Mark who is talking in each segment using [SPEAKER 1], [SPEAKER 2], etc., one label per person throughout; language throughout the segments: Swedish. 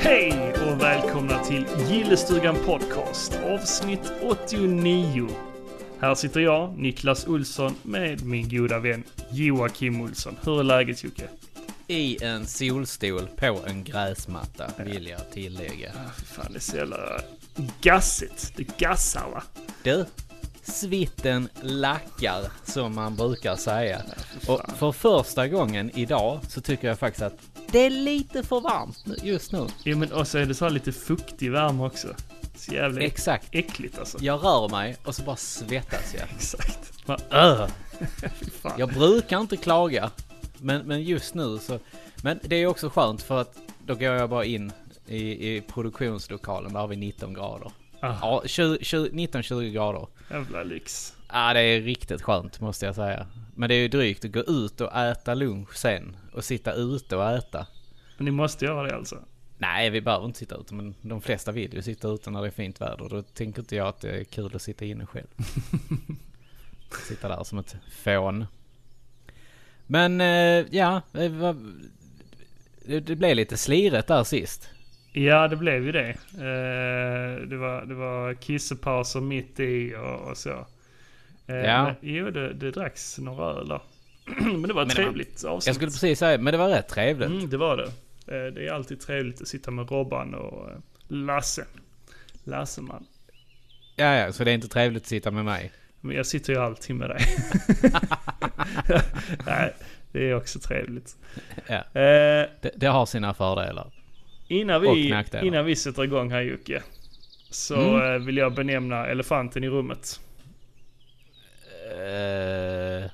[SPEAKER 1] Hej och välkomna till Gillestugan Podcast avsnitt 89. Här sitter jag, Niklas Olsson, med min goda vän Joakim Olsson. Hur är läget Jocke?
[SPEAKER 2] I en solstol på en gräsmatta, vill jag tillägga.
[SPEAKER 1] Ah, fy Fan, det är så jävla gassigt. Det gassar va?
[SPEAKER 2] Du, svitten lackar, som man brukar säga. Och för första gången idag så tycker jag faktiskt att det är lite för varmt nu- just nu.
[SPEAKER 1] Jo men och så är det så här lite fuktig värme också. Så jävla äck-
[SPEAKER 2] Exakt.
[SPEAKER 1] äckligt alltså.
[SPEAKER 2] Jag rör mig och så bara svettas jag.
[SPEAKER 1] Exakt. Va?
[SPEAKER 2] Öh.
[SPEAKER 1] Fy fan.
[SPEAKER 2] Jag brukar inte klaga, men, men just nu så... Men det är också skönt för att då går jag bara in i, i produktionslokalen, där har vi 19 grader.
[SPEAKER 1] Ah,
[SPEAKER 2] Ja, 19-20 grader.
[SPEAKER 1] jävla lyx.
[SPEAKER 2] Ja, det är riktigt skönt måste jag säga. Men det är ju drygt att gå ut och äta lunch sen och sitta ute och äta.
[SPEAKER 1] Men ni måste göra det alltså?
[SPEAKER 2] Nej, vi behöver inte sitta ute, men de flesta vill ju sitta ute när det är fint väder. Då tänker inte jag att det är kul att sitta inne själv. sitta där som ett fån. Men eh, ja, eh, vad- det, det blev lite slirigt där sist.
[SPEAKER 1] Ja, det blev ju det. Eh, det, var, det var kissepauser mitt i och, och så. Eh,
[SPEAKER 2] Ja.
[SPEAKER 1] men, jo, det, det dracks några öl där. Men det var ett
[SPEAKER 2] det var-
[SPEAKER 1] trevligt
[SPEAKER 2] Jag
[SPEAKER 1] avsnitt.
[SPEAKER 2] skulle precis säga, men det var rätt trevligt.
[SPEAKER 1] Mm, det var det. Eh, det är alltid trevligt att sitta med Robban och eh, Lasse. Lasseman.
[SPEAKER 2] Ja, ja, så det är inte trevligt att sitta med mig.
[SPEAKER 1] Men jag sitter ju alltid med dig. Nej, det är också trevligt.
[SPEAKER 2] Ja,
[SPEAKER 1] Eh,
[SPEAKER 2] det, det har sina fördelar.
[SPEAKER 1] Innan
[SPEAKER 2] Och
[SPEAKER 1] vi,
[SPEAKER 2] nackdelar.
[SPEAKER 1] innan vi sätter igång här Jocke. Så
[SPEAKER 2] Mm.
[SPEAKER 1] eh, vill jag benämna elefanten i rummet.
[SPEAKER 2] Eh,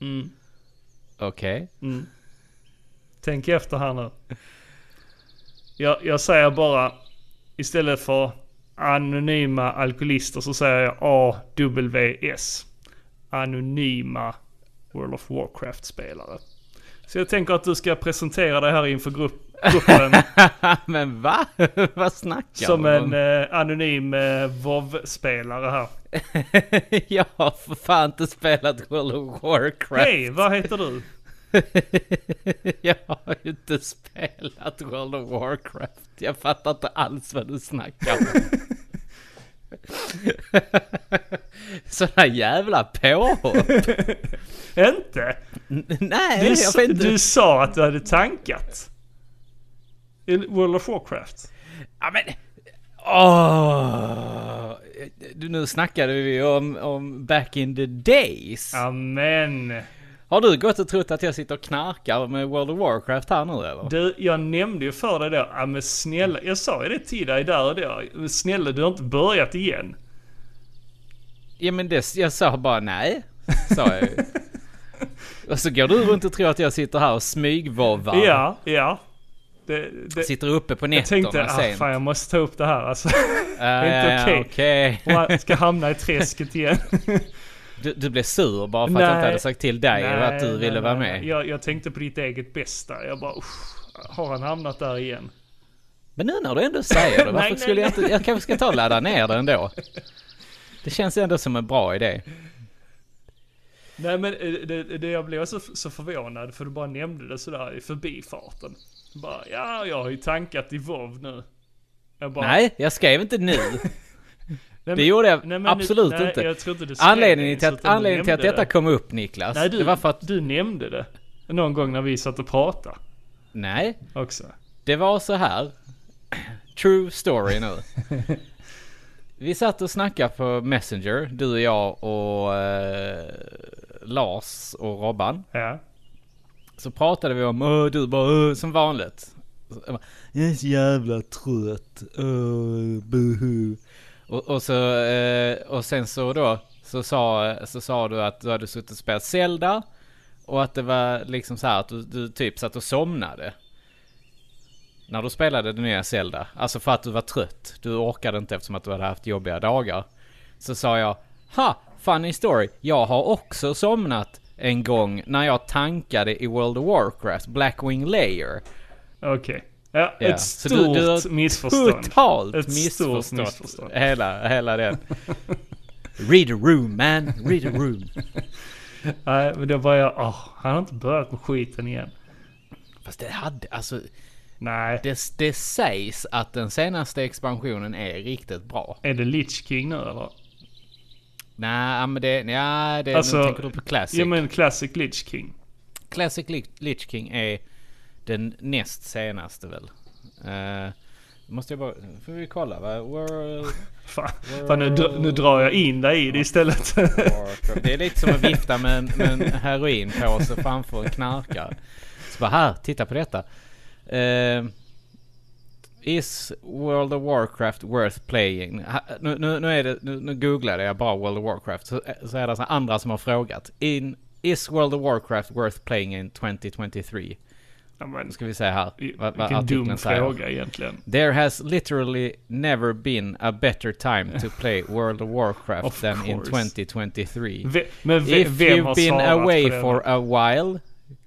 [SPEAKER 1] Mm.
[SPEAKER 2] Okej.
[SPEAKER 1] Mm. Tänk efter här nu. Jag, jag säger bara, istället för anonyma alkoholister så säger jag AWS. Anonyma World of Warcraft-spelare. Så jag tänker att du ska presentera dig här inför grupp, gruppen
[SPEAKER 2] Men va? Vad snackar
[SPEAKER 1] som
[SPEAKER 2] du
[SPEAKER 1] en
[SPEAKER 2] om?
[SPEAKER 1] eh, anonym eh, WoW-spelare här.
[SPEAKER 2] jag har för fan inte spelat World of Warcraft.
[SPEAKER 1] Hej, vad heter du?
[SPEAKER 2] jag har ju inte spelat World of Warcraft. Jag fattar inte alls vad du snackar om. Sådana jävla påhopp.
[SPEAKER 1] Inte?
[SPEAKER 2] N- Nej,
[SPEAKER 1] Du,
[SPEAKER 2] jag vet
[SPEAKER 1] s-
[SPEAKER 2] inte.
[SPEAKER 1] du sa att du hade tankat. I World of Warcraft.
[SPEAKER 2] Ja, men... Åh! Du, nu snackade vi ju om, om back in the days.
[SPEAKER 1] Amen.
[SPEAKER 2] Har du gått och trott att jag sitter och knarkar med World of Warcraft här nu eller?
[SPEAKER 1] Du, jag nämnde ju för dig då, ja men snälla, jag sa ju det till dig där och då. Men Snälla du har inte börjat igen.
[SPEAKER 2] Ja men det, jag sa bara nej. Sa jag ju. Och så går du runt och tror att jag sitter här och smygvovvar.
[SPEAKER 1] Ja, ja. Det, det,
[SPEAKER 2] Sitter uppe på
[SPEAKER 1] jag tänkte,
[SPEAKER 2] nätterna
[SPEAKER 1] ah,
[SPEAKER 2] sen.
[SPEAKER 1] fan jag måste ta upp det här alltså.
[SPEAKER 2] Ah,
[SPEAKER 1] inte
[SPEAKER 2] ja,
[SPEAKER 1] okej.
[SPEAKER 2] okej.
[SPEAKER 1] Jag ska hamna i träsket igen.
[SPEAKER 2] Du, du blev sur bara för att jag
[SPEAKER 1] Nej.
[SPEAKER 2] inte hade sagt till dig att du ville vara med.
[SPEAKER 1] Jag, jag tänkte på ditt eget bästa. Jag bara, usch, har han hamnat där igen?
[SPEAKER 2] Men nu när du ändå säger det, varför
[SPEAKER 1] Nej, nej,
[SPEAKER 2] skulle jag inte... Jag kanske ska ta och ladda ner det ändå. Det känns ändå som en bra idé.
[SPEAKER 1] Nej men eh, det, det, jag blev så, så förvånad för du bara nämnde det sådär i förbifarten. Bara, ja jag har ju tankat i WoW nu. Jag bara,
[SPEAKER 2] Nej, jag skrev inte nu.
[SPEAKER 1] men-
[SPEAKER 2] Det gjorde jag
[SPEAKER 1] nej, men-
[SPEAKER 2] absolut
[SPEAKER 1] nej,
[SPEAKER 2] inte.
[SPEAKER 1] Jag tror inte du skrev
[SPEAKER 2] Anledningen
[SPEAKER 1] det,
[SPEAKER 2] till
[SPEAKER 1] så
[SPEAKER 2] att,
[SPEAKER 1] du
[SPEAKER 2] anledningen till att
[SPEAKER 1] nämnde
[SPEAKER 2] detta
[SPEAKER 1] det.
[SPEAKER 2] kom upp Niklas,
[SPEAKER 1] Nej, du,
[SPEAKER 2] det var för att...
[SPEAKER 1] du nämnde det. Någon gång när vi satt och pratade
[SPEAKER 2] Nej,
[SPEAKER 1] också.
[SPEAKER 2] det var så här. True story nu. Vi satt och snackade på Messenger, du och jag och eh, Lars och Robban.
[SPEAKER 1] Ja.
[SPEAKER 2] Så pratade vi om, "Åh, du bara, "Åh", som vanligt. Så jag bara, Jag är så jävla trött, Åh, buhu. Och, och, så, eh, och sen så då, så sa, så sa du att du hade suttit och spelat Zelda. Och att det var liksom så här att du, du typ satt och somnade. När du spelade det nya Zelda. Alltså för att du var trött. Du orkade inte eftersom att du hade haft jobbiga dagar. Så sa jag, ha, funny story. Jag har också somnat en gång när jag tankade i World of Warcraft, Blackwing Layer.
[SPEAKER 1] Okej. Ja,
[SPEAKER 2] Ja,
[SPEAKER 1] ett
[SPEAKER 2] så
[SPEAKER 1] stort
[SPEAKER 2] du- du har
[SPEAKER 1] missförstånd.
[SPEAKER 2] Totalt
[SPEAKER 1] Ett stort
[SPEAKER 2] missförstått.
[SPEAKER 1] missförstånd.
[SPEAKER 2] Hela, hela den. Read a room man, read a room.
[SPEAKER 1] Nej, men då var jag, åh, han har inte börjat med skiten igen.
[SPEAKER 2] Fast det hade, alltså.
[SPEAKER 1] Nej.
[SPEAKER 2] Det, det sägs att den senaste expansionen är riktigt bra.
[SPEAKER 1] Är det Lich King nu eller?
[SPEAKER 2] Nej, men det... Ja, det
[SPEAKER 1] Alltså,
[SPEAKER 2] nu tänker du på Classic.
[SPEAKER 1] Ja men Classic Lich King.
[SPEAKER 2] Classic Lich, Lich King är den näst senaste väl? Eh, måste jag bara... Får vi kolla va? World...
[SPEAKER 1] Fan, fan nu, dr- nu drar jag in dig i det istället.
[SPEAKER 2] Warcraft. Det är lite som att vifta med en, med en heroinpåse framför en knarkare. Så bara här, titta på detta. Eh, is World of Warcraft worth playing? Ha, nu, nu, nu, är det, nu, nu googlade jag bara World of Warcraft. Så, så är det alltså andra som har frågat. In, is World of Warcraft worth playing in 2023?
[SPEAKER 1] ja,
[SPEAKER 2] Nu
[SPEAKER 1] men,
[SPEAKER 2] ska vi se här.
[SPEAKER 1] i-
[SPEAKER 2] vad- vad
[SPEAKER 1] vilken
[SPEAKER 2] artikeln
[SPEAKER 1] dum
[SPEAKER 2] säger.
[SPEAKER 1] fråga egentligen.
[SPEAKER 2] There has literally never been a better time to play World of Warcraft
[SPEAKER 1] Of
[SPEAKER 2] than in
[SPEAKER 1] course.
[SPEAKER 2] 2023.
[SPEAKER 1] Ve- men ve-
[SPEAKER 2] If
[SPEAKER 1] vem har
[SPEAKER 2] you've been
[SPEAKER 1] svarat
[SPEAKER 2] away
[SPEAKER 1] på det?
[SPEAKER 2] for a while,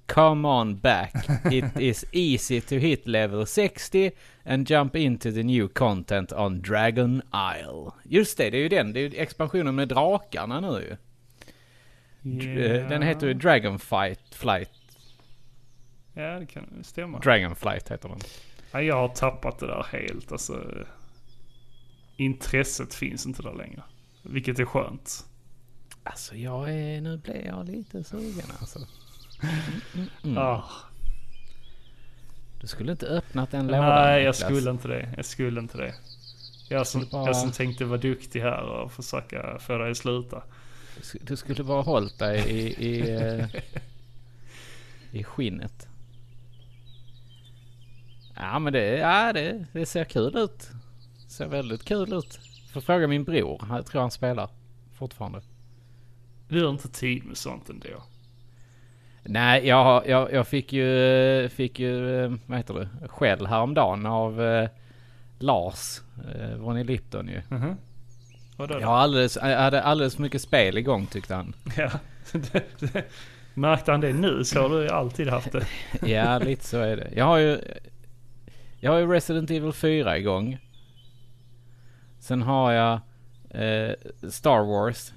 [SPEAKER 2] come on back. It is easy to hit level 60 and jump into the new content on Dragon Isle. Just det, det är ju den. Det är ju expansionen med drakarna nu ju. D- eh, Den heter ju Dragon Fight Flight.
[SPEAKER 1] Ja, det kan stämma.
[SPEAKER 2] Dragon Flight heter den.
[SPEAKER 1] Ja, jag har tappat det där helt. Alltså, intresset finns inte där längre. Vilket är skönt.
[SPEAKER 2] Alltså jag är... Nu blir jag lite sugen alltså. Mm.
[SPEAKER 1] Ah,
[SPEAKER 2] Du skulle inte öppnat den lådan
[SPEAKER 1] nej, jag
[SPEAKER 2] Niklas.
[SPEAKER 1] skulle inte det. Jag skulle inte det. Jag som,
[SPEAKER 2] skulle bara-
[SPEAKER 1] jag som tänkte vara duktig här och försöka få dig att sluta.
[SPEAKER 2] Du sk- Du skulle bara hållit dig i, i, eh, i skinnet. Ja men det, ja, det, det ser kul ut. Ser väldigt kul ut. Får fråga min bror. Han- Jag tror han spelar fortfarande.
[SPEAKER 1] Vi har inte tid med sånt ändå.
[SPEAKER 2] Nej, jag, har- jag, jag fick ju, eh, fick ju, eh, vad heter det, skäll häromdagen av eh, Lars, eh, Ronny Lipton ju.
[SPEAKER 1] Mhm. Vadå?
[SPEAKER 2] Jag, har alldeles, jag hade alldeles för mycket spel igång tyckte han.
[SPEAKER 1] Ja. Märkte han det nu så har du alltid haft det.
[SPEAKER 2] Ja, lite så är det. Jag har ju, jag har ju Resident Evil 4 igång. Sen har jag eh, Star Wars.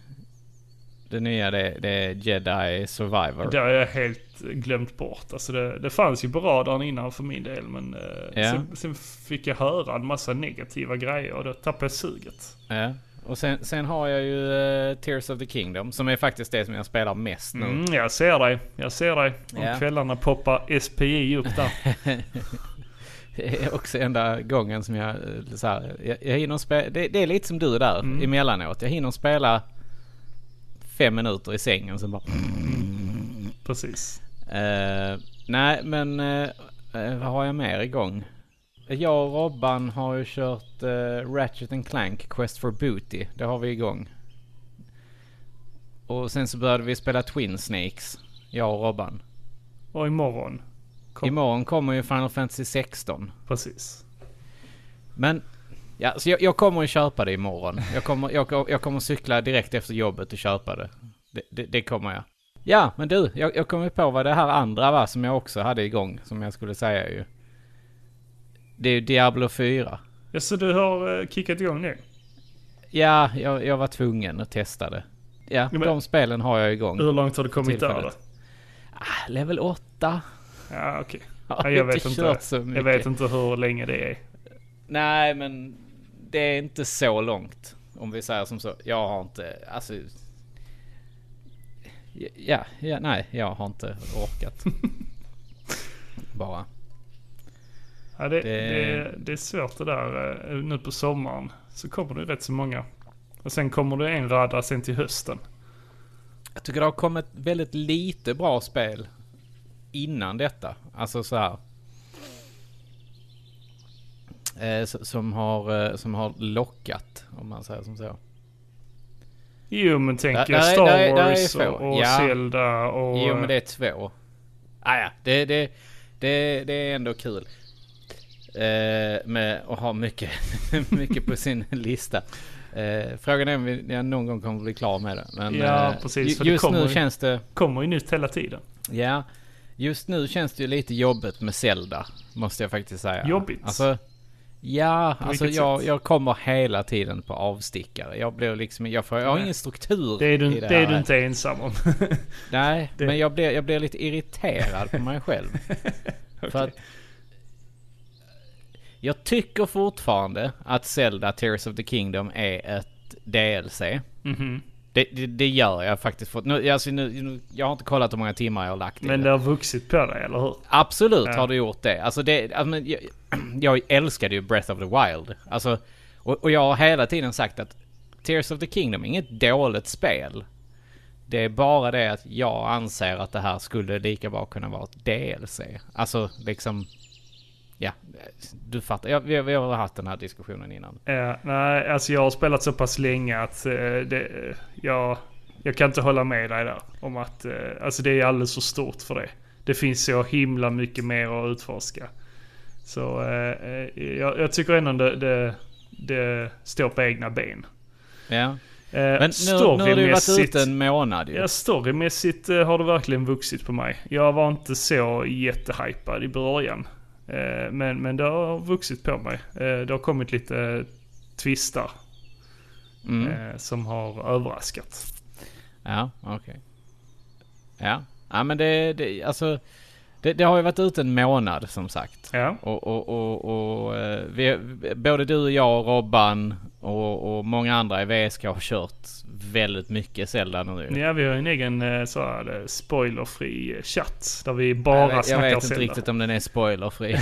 [SPEAKER 2] Det nya det, det är Jedi Survivor.
[SPEAKER 1] Det har jag helt glömt bort. Alltså det, det fanns ju på radarn innan för min del men eh,
[SPEAKER 2] Ja.
[SPEAKER 1] sen, sen fick jag höra en massa negativa grejer och då tappade jag suget.
[SPEAKER 2] Ja. Och sen, sen har jag ju eh, Tears of the Kingdom som är faktiskt det som jag spelar mest nu.
[SPEAKER 1] Mm, jag ser dig, jag ser dig. Om
[SPEAKER 2] Ja.
[SPEAKER 1] kvällarna poppar SPJ upp där.
[SPEAKER 2] Det är också enda gången som jag, eh, så här, jag, jag hinner spela, det, det är lite som du där emellanåt. Jag hinner spela fem minuter i sängen sen bara
[SPEAKER 1] Precis.
[SPEAKER 2] Eh, nej, men eh, eh, vad har jag mer igång? Jag och Robban har ju kört eh, Ratchet and Clank Quest for Booty. Det har vi igång. Och sen så började vi spela Twin Snakes, jag och Robban.
[SPEAKER 1] Och imorgon. Kom.
[SPEAKER 2] Imorgon kommer ju Final Fantasy 16.
[SPEAKER 1] Precis.
[SPEAKER 2] Men, ja, så jag, jag kommer att köpa det imorgon. Jag kommer, jag, kom- jag kommer cykla direkt efter jobbet och köpa det. Det, det, det kommer jag. Ja, men du, jag, jag kommer på vad det här andra var som jag också hade igång, som jag skulle säga ju. Det är ju Diablo 4.
[SPEAKER 1] Ja, så du har eh, kickat igång nu?
[SPEAKER 2] Ja, jag, jag var tvungen att testa det. Ja,
[SPEAKER 1] men-
[SPEAKER 2] de spelen har jag igång.
[SPEAKER 1] Hur långt har du kommit där då?
[SPEAKER 2] Tillfället. Ah, level 8.
[SPEAKER 1] Ja, okej.
[SPEAKER 2] Har
[SPEAKER 1] Ja, jag vet
[SPEAKER 2] inte
[SPEAKER 1] inte.
[SPEAKER 2] kört så mycket.
[SPEAKER 1] Jag vet inte hur länge det är.
[SPEAKER 2] Nej, men det är inte så långt. Om vi säger som så. Jag har inte, alltså. Ja, ja nej, jag har inte orkat. Bara.
[SPEAKER 1] Ja, det, det...
[SPEAKER 2] Det-
[SPEAKER 1] Det, är svårt det där. eh, Nu på sommaren så kommer det rätt så många. Och sen kommer det en radda sen till hösten.
[SPEAKER 2] Jag tycker det har kommit väldigt lite bra spel innan detta. Alltså så här. Eh, s- som, har, eh, som har lockat, om man säger som så.
[SPEAKER 1] Jo men tänk
[SPEAKER 2] Där-
[SPEAKER 1] jag
[SPEAKER 2] där är-
[SPEAKER 1] Star
[SPEAKER 2] där är- där är
[SPEAKER 1] Wars
[SPEAKER 2] få.
[SPEAKER 1] och, och
[SPEAKER 2] Ja.
[SPEAKER 1] Zelda och...
[SPEAKER 2] Jo, men det är två. Ah, ja, det, det, det, det är ändå kul. Eh, med att ha mycket, mycket på sin lista. Eh, frågan är om vi- jag någon gång kommer bli klar med det. Men,
[SPEAKER 1] Ja,
[SPEAKER 2] eh,
[SPEAKER 1] precis,
[SPEAKER 2] ju-
[SPEAKER 1] för det
[SPEAKER 2] just
[SPEAKER 1] kommer
[SPEAKER 2] nu
[SPEAKER 1] ju.
[SPEAKER 2] känns det...
[SPEAKER 1] kommer ju nytt hela tiden.
[SPEAKER 2] Ja, just nu känns det ju lite jobbigt med Zelda. Måste jag faktiskt säga.
[SPEAKER 1] Jobbigt?
[SPEAKER 2] Alltså, ja, alltså
[SPEAKER 1] vilket
[SPEAKER 2] jag,
[SPEAKER 1] sätt?
[SPEAKER 2] jag kommer hela tiden på avstickare. Jag blir liksom, jag, får, jag har
[SPEAKER 1] Nej.
[SPEAKER 2] ingen struktur
[SPEAKER 1] Det är du,
[SPEAKER 2] i
[SPEAKER 1] det
[SPEAKER 2] här.
[SPEAKER 1] är du inte ensam om.
[SPEAKER 2] Nej,
[SPEAKER 1] Det-
[SPEAKER 2] men jag blir, jag blir lite irriterad på mig själv. För att Jag tycker fortfarande att Zelda Tears of the Kingdom är ett DLC.
[SPEAKER 1] Mhm.
[SPEAKER 2] Det, det, det gör jag faktiskt. För, nu, alltså, nu, nu, jag har inte kollat hur många timmar jag har lagt i
[SPEAKER 1] Men det har vuxit på dig, eller hur?
[SPEAKER 2] Absolut
[SPEAKER 1] Ja.
[SPEAKER 2] har du gjort det. Alltså det alltså, men jag, jag älskade ju Breath of the Wild. Alltså, och, och jag har hela tiden sagt att Tears of the Kingdom är inget dåligt spel. Det är bara det att jag anser att det här skulle lika bra kunna vara ett DLC. Alltså liksom... Ja, du fattar. Jag, vi, har- vi har haft den här diskussionen innan.
[SPEAKER 1] Eh, nej, alltså jag har spelat så pass länge att eh, det, eh, jag, jag kan inte hålla med dig där. Om att eh, alltså det är alldeles för stort för det. Det finns så himla mycket mer att utforska. Så eh, eh, jag, jag tycker ändå det, det, det står på egna ben.
[SPEAKER 2] Ja.
[SPEAKER 1] Eh,
[SPEAKER 2] Men nu, nu har du varit
[SPEAKER 1] storymässigt-
[SPEAKER 2] ute en månad ju.
[SPEAKER 1] Ja, storymässigt eh, har det verkligen vuxit på mig. Jag var inte så jättehypad i början. Eh, Men, men det har vuxit på mig. Eh, Det har kommit lite twistar
[SPEAKER 2] Mm.
[SPEAKER 1] eh, som har överraskat.
[SPEAKER 2] Ja, okej. Ja. ja, men det, det alltså. Det, det har ju varit ut en månad som sagt.
[SPEAKER 1] Ja,
[SPEAKER 2] Och, och, och, och eh, vi, både du och jag och Robban och, och många andra i VSK har kört väldigt mycket Zelda nu.
[SPEAKER 1] ja vi har ju en egen eh, så här, eh, spoilerfri eh, chatt där vi
[SPEAKER 2] jag
[SPEAKER 1] bara
[SPEAKER 2] vet, jag
[SPEAKER 1] snackar
[SPEAKER 2] vet inte
[SPEAKER 1] Zelda.
[SPEAKER 2] riktigt om den är spoilerfri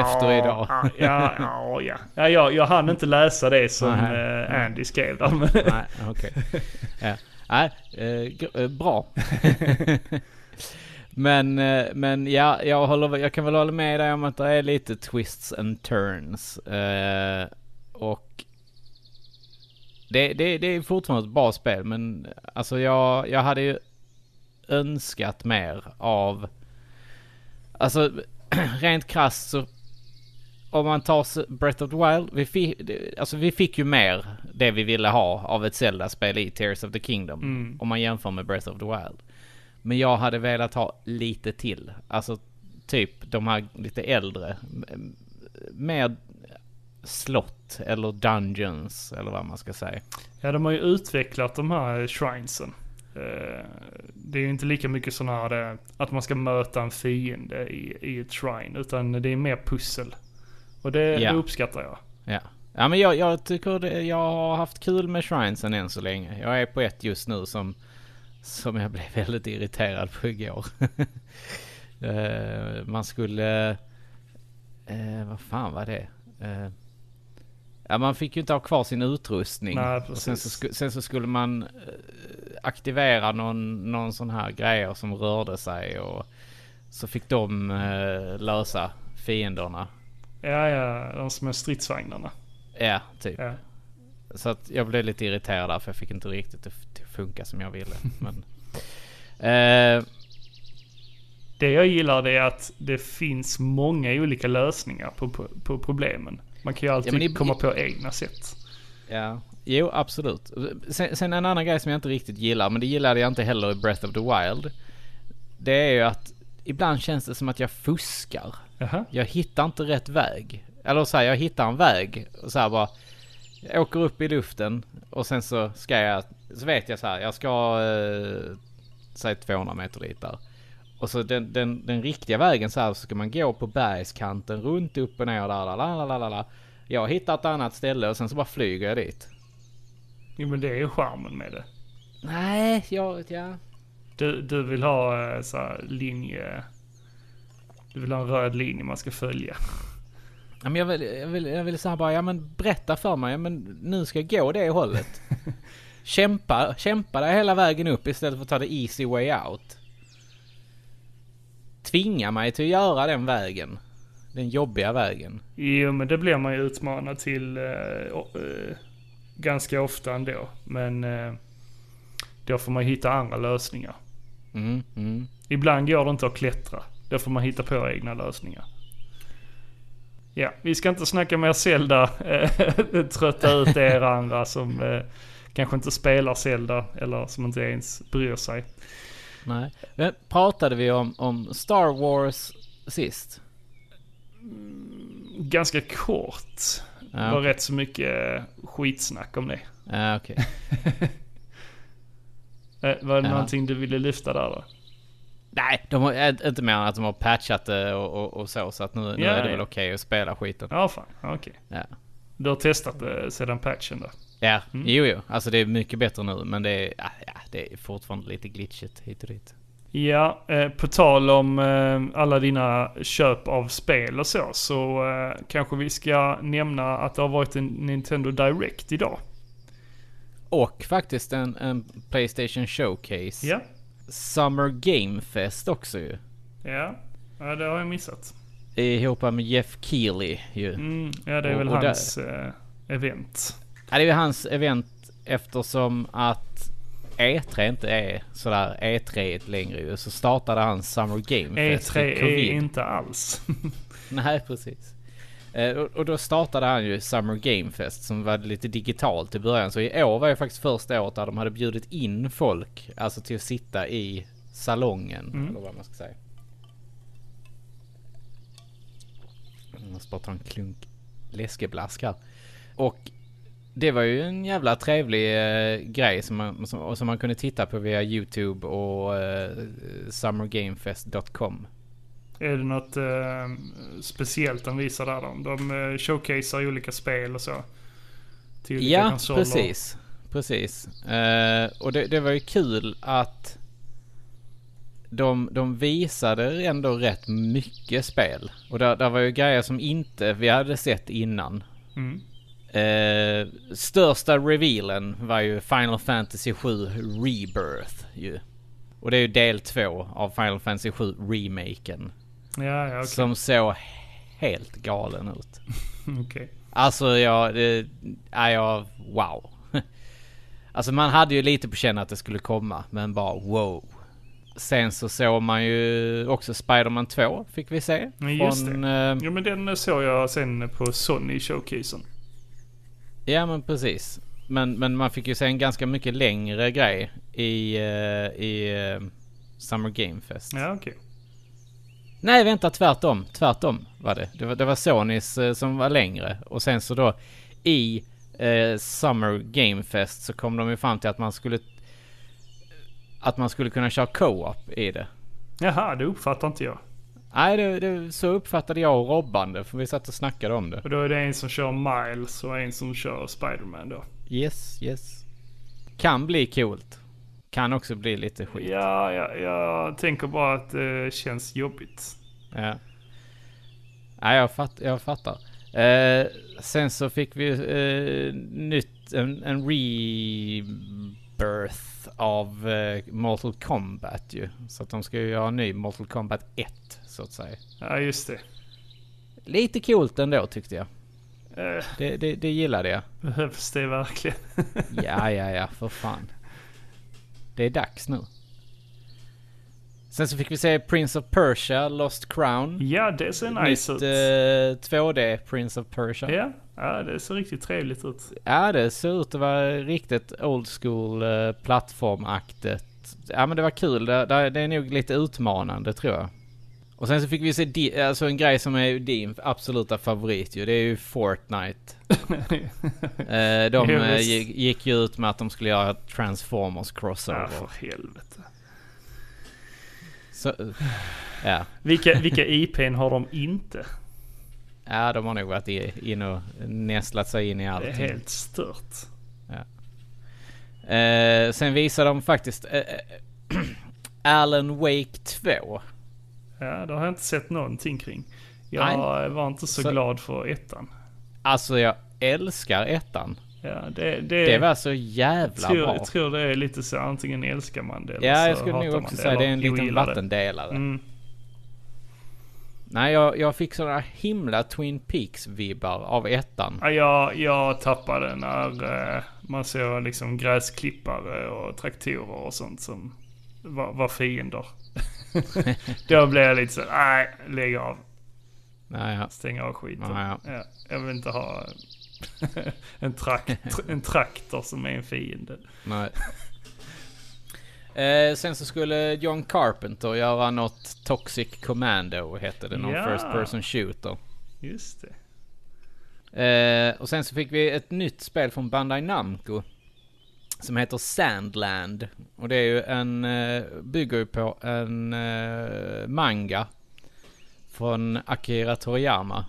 [SPEAKER 2] efter idag.
[SPEAKER 1] Ja, ja, ja, ja. ja jag, jag hann inte läsa det som
[SPEAKER 2] Nej.
[SPEAKER 1] eh, Andy skrev där. men-
[SPEAKER 2] Nej, okej. Ja. Nej, eh, gr- eh, bra. men, eh, men ja, jag, håller, jag kan väl hålla med dig om att det är lite twists and turns. Eh, och det, det, det är fortfarande ett bra spel, men alltså jag, jag hade ju önskat mer av... Alltså, rent krasst så om man tar s- Breath of the Wild, vi fick, alltså vi fick ju mer det vi ville ha av ett Zelda-spel i Tears of the Kingdom.
[SPEAKER 1] Mm.
[SPEAKER 2] Om man jämför med Breath of the Wild. Men jag hade velat ha lite till. Alltså typ de här lite äldre. m- Mer slott eller dungeons eller vad man ska säga.
[SPEAKER 1] Ja, de har ju utvecklat de här shrinesen. Eh, Det är ju inte lika mycket sån här eh, att man ska möta en fiende i, i ett shrine, utan det är mer pussel. Och det,
[SPEAKER 2] Ja.
[SPEAKER 1] det uppskattar jag.
[SPEAKER 2] Ja. Ja men jag, jag tycker det, jag har haft kul med shrinesen än så länge. Jag är på ett just nu som, som jag blev väldigt irriterad på igår. Eh, man skulle... eh, vad fan var det? Eh, ja man fick ju inte ha kvar sin utrustning.
[SPEAKER 1] Nej,
[SPEAKER 2] Och sen, så
[SPEAKER 1] precis.
[SPEAKER 2] sku, sen så skulle man eh, aktivera någon, någon sån här grejer som rörde sig och så fick de eh, lösa fienderna.
[SPEAKER 1] Ja, ja, de små stridsvagnarna.
[SPEAKER 2] Ja, typ.
[SPEAKER 1] Ja.
[SPEAKER 2] Så att jag blev lite irriterad där för jag fick inte riktigt det f- till att funka som jag ville. Men, eh,
[SPEAKER 1] Det jag gillar det är att det finns många olika lösningar på, på, på problemen. Man kan ju alltid
[SPEAKER 2] men i-
[SPEAKER 1] komma på egna sätt.
[SPEAKER 2] ja. Jo, absolut. Sen, sen en annan grej som jag inte riktigt gillar, men det gillade jag inte heller i Breath of the Wild. Det är ju att ibland känns det som att jag fuskar.
[SPEAKER 1] Jaha.
[SPEAKER 2] Jag hittar inte rätt väg. Eller så här, jag hittar en väg och så här bara. Jag åker upp i luften och sen så ska jag, så vet jag så här, jag ska, eh, säg 200 meter dit där. Och så den, den, den riktiga vägen så här så ska man gå på bergskanten runt upp och ner där, la, la, la, la, la, la. Jag hittar ett annat ställe och sen så bara flyger jag dit.
[SPEAKER 1] Jo, men det är ju charmen med det.
[SPEAKER 2] Nej, jag, ja.
[SPEAKER 1] Du, du vill ha eh, så här linje... Du vill ha en röd linje man ska följa.
[SPEAKER 2] Ja, Men jag vill, jag vill, jag vill så här bara, ja men berätta för mig, ja, men nu ska jag gå det hållet. kämpa, kämpa dig hela vägen upp istället för att ta the easy way out. Tvinga mig till att göra den vägen. Den jobbiga vägen.
[SPEAKER 1] Jo, men det blir man ju utmanad till eh, o- eh, ganska ofta ändå. Men eh, då får man hitta andra lösningar.
[SPEAKER 2] Mm, mm.
[SPEAKER 1] Ibland går det inte att klättra. Då får man hitta på egna lösningar. Ja, vi ska inte snacka mer Zelda. eh, Trötta ut er andra som eh, kanske inte spelar Zelda eller som inte ens bryr sig.
[SPEAKER 2] Nej. Men pratade vi om, om Star Wars sist?
[SPEAKER 1] Ganska kort. Det
[SPEAKER 2] Ja,
[SPEAKER 1] var
[SPEAKER 2] okej.
[SPEAKER 1] rätt så mycket eh, skitsnack om det.
[SPEAKER 2] Ja, okej.
[SPEAKER 1] Eh, Var det
[SPEAKER 2] Ja.
[SPEAKER 1] Eh, någonting du ville lyfta där då?
[SPEAKER 2] Nej, de har, ä- inte mer än att de har patchat det och, och, och så. Så att nu, nu
[SPEAKER 1] Ja,
[SPEAKER 2] är det
[SPEAKER 1] ja.
[SPEAKER 2] väl okej att spela skiten.
[SPEAKER 1] Ja, fan. Ja, Okej.
[SPEAKER 2] Ja.
[SPEAKER 1] Du har testat det sedan patchen då?
[SPEAKER 2] Ja,
[SPEAKER 1] Mm.
[SPEAKER 2] jo jo. Alltså det är mycket bättre nu men det är, ja, ja, det är fortfarande lite glitchigt hit och dit.
[SPEAKER 1] Ja, eh, på tal om eh, alla dina köp av spel och så, så eh, kanske vi ska nämna att det har varit en Nintendo Direct idag.
[SPEAKER 2] Och faktiskt en, en Playstation Showcase.
[SPEAKER 1] Ja,
[SPEAKER 2] Summer Game Fest också ju.
[SPEAKER 1] ja. ja det har jag missat.
[SPEAKER 2] Ihop med Jeff Keely ju.
[SPEAKER 1] Mm, ja, det är
[SPEAKER 2] Och-
[SPEAKER 1] väl
[SPEAKER 2] och där-
[SPEAKER 1] hans eh, event.
[SPEAKER 2] Ja, det är ju hans event eftersom att E3 inte är sådär E3 längre ju. Så startade han Summer Game Fest.
[SPEAKER 1] E3
[SPEAKER 2] i
[SPEAKER 1] E är
[SPEAKER 2] covid.
[SPEAKER 1] inte alls.
[SPEAKER 2] Nej, precis. Eh, och, och då startade han ju Summer Game Fest som var lite digitalt i början. Så i år var ju faktiskt första året där de hade bjudit in folk, alltså till att sitta i salongen. Eller vad man ska säga. Mm, Jag måste bara ta en klunk läskeblask här. Och det var ju en jävla trevlig eh, grej som man, som, och som man kunde titta på via YouTube och eh, summergamefest.com.
[SPEAKER 1] är det något eh, speciellt de visar där då? De eh, showcasear olika spel och så. Till olika
[SPEAKER 2] Ja,
[SPEAKER 1] konsoler.
[SPEAKER 2] precis. Precis. Eh, och det, det var ju kul att de, de visade ändå rätt mycket spel. Och där, där var ju grejer som inte vi hade sett innan.
[SPEAKER 1] Mm.
[SPEAKER 2] Eh, största revealen var ju Final Fantasy 7 Rebirth ju. Och det är ju del två av Final Fantasy 7 remaken.
[SPEAKER 1] Ja, ja, okej.
[SPEAKER 2] Som såg helt galen ut.
[SPEAKER 1] okej.
[SPEAKER 2] Alltså jag, det, ja, jag, wow. Alltså man hade ju lite på känn att det skulle komma, men bara wow. Sen så såg man ju också Spider-Man 2, fick vi se.
[SPEAKER 1] Ja, just
[SPEAKER 2] Från, eh,
[SPEAKER 1] Jo men den såg jag sen på Sony showcasen.
[SPEAKER 2] eh, ja men precis. Men, men man fick ju se en ganska mycket längre grej i, eh, i eh, Summer Game Fest.
[SPEAKER 1] Ja okej.
[SPEAKER 2] Nej vänta, tvärtom. Tvärtom var det. Det var, det var Sonys eh, som var längre. Och sen så då i eh, Summer Game Fest så kom de ju fram till att man skulle att man skulle kunna köra co-op i det.
[SPEAKER 1] Jaha, det uppfattar inte jag.
[SPEAKER 2] Nej, det, det, så uppfattade jag och Robban det, för vi satt och snackade om det.
[SPEAKER 1] Och då är det en som kör Miles och en som kör Spiderman då.
[SPEAKER 2] Yes, yes. Kan bli coolt. Kan också bli lite skit.
[SPEAKER 1] Ja, ja, jag tänker bara att det känns jobbigt.
[SPEAKER 2] Ja. Nej, jag, fatt, jag fattar. Eh, sen så fick vi eh, nytt, en, en rebirth av eh, Mortal Kombat ju. Så att de ska ju ha en ny Mortal Kombat 1 så att säga.
[SPEAKER 1] Ja, just det.
[SPEAKER 2] Lite coolt ändå tyckte jag.
[SPEAKER 1] Eh,
[SPEAKER 2] Det, det, det gillade jag.
[SPEAKER 1] behövs det verkligen?
[SPEAKER 2] Ja, ja, ja, för fan. Det är dags nu. Sen så fick vi se Prince of Persia, Lost Crown.
[SPEAKER 1] ja, det ser nice
[SPEAKER 2] Nytt
[SPEAKER 1] ut.
[SPEAKER 2] eh, 2D Prince of Persia.
[SPEAKER 1] Ja, ja, det ser riktigt trevligt ut.
[SPEAKER 2] Ja, det ser ut att vara riktigt old school eh, plattformaktigt. Ja, men det var kul. Det, det, det är nog lite utmanande tror jag. Och sen så fick vi se di- alltså en grej som är din absoluta favorit ju. Det är ju Fortnite. Eh, de
[SPEAKER 1] Ja,
[SPEAKER 2] eh,
[SPEAKER 1] visst.
[SPEAKER 2] gick, gick ju ut med att de skulle göra ett Transformers
[SPEAKER 1] ja,
[SPEAKER 2] crossover.
[SPEAKER 1] för helvete.
[SPEAKER 2] Så, eh, ja.
[SPEAKER 1] Vilka, vilka IPn har de inte?
[SPEAKER 2] ja, de har nog varit i- in och nästlat sig in i
[SPEAKER 1] Det är
[SPEAKER 2] allting.
[SPEAKER 1] helt stört.
[SPEAKER 2] Eh, sen visar de faktiskt eh, eh, Alan Wake 2.
[SPEAKER 1] Ja, det har jag inte sett någonting kring. Jag var inte så,
[SPEAKER 2] Så-
[SPEAKER 1] glad för ettan.
[SPEAKER 2] Alltså jag älskar ettan.
[SPEAKER 1] Ja, det, det,
[SPEAKER 2] Det var så jävla
[SPEAKER 1] tror,
[SPEAKER 2] bra.
[SPEAKER 1] jag tror det är lite så antingen älskar man det eller
[SPEAKER 2] ja, jag
[SPEAKER 1] så
[SPEAKER 2] skulle
[SPEAKER 1] hatar
[SPEAKER 2] nog
[SPEAKER 1] man
[SPEAKER 2] också
[SPEAKER 1] det,
[SPEAKER 2] säga
[SPEAKER 1] eller
[SPEAKER 2] det är en liten
[SPEAKER 1] ogillar det.
[SPEAKER 2] vattendelare.
[SPEAKER 1] Mm.
[SPEAKER 2] Nej, jag, jag fick sådana himla Twin Peaks-vibbar av ettan.
[SPEAKER 1] Ja, jag, jag tappade när eh, man såg liksom gräsklippare och traktorer och sånt som var, var fiender. Då blev jag lite så nej, lägg av,
[SPEAKER 2] Nej, ja.
[SPEAKER 1] stäng av skiten.
[SPEAKER 2] Ja,
[SPEAKER 1] Ja, jag vill inte ha en, trakt, en traktor som är en fiende.
[SPEAKER 2] Nej. Eh, sen så skulle John Carpenter göra något Toxic Commando hette det. Någon
[SPEAKER 1] Ja.
[SPEAKER 2] First Person Shooter.
[SPEAKER 1] Just det.
[SPEAKER 2] Eh, och sen så fick vi ett nytt spel från Bandai Namco. som heter Sandland. Och det är ju en, eh, bygger ju på en eh, manga från Akira Toriyama.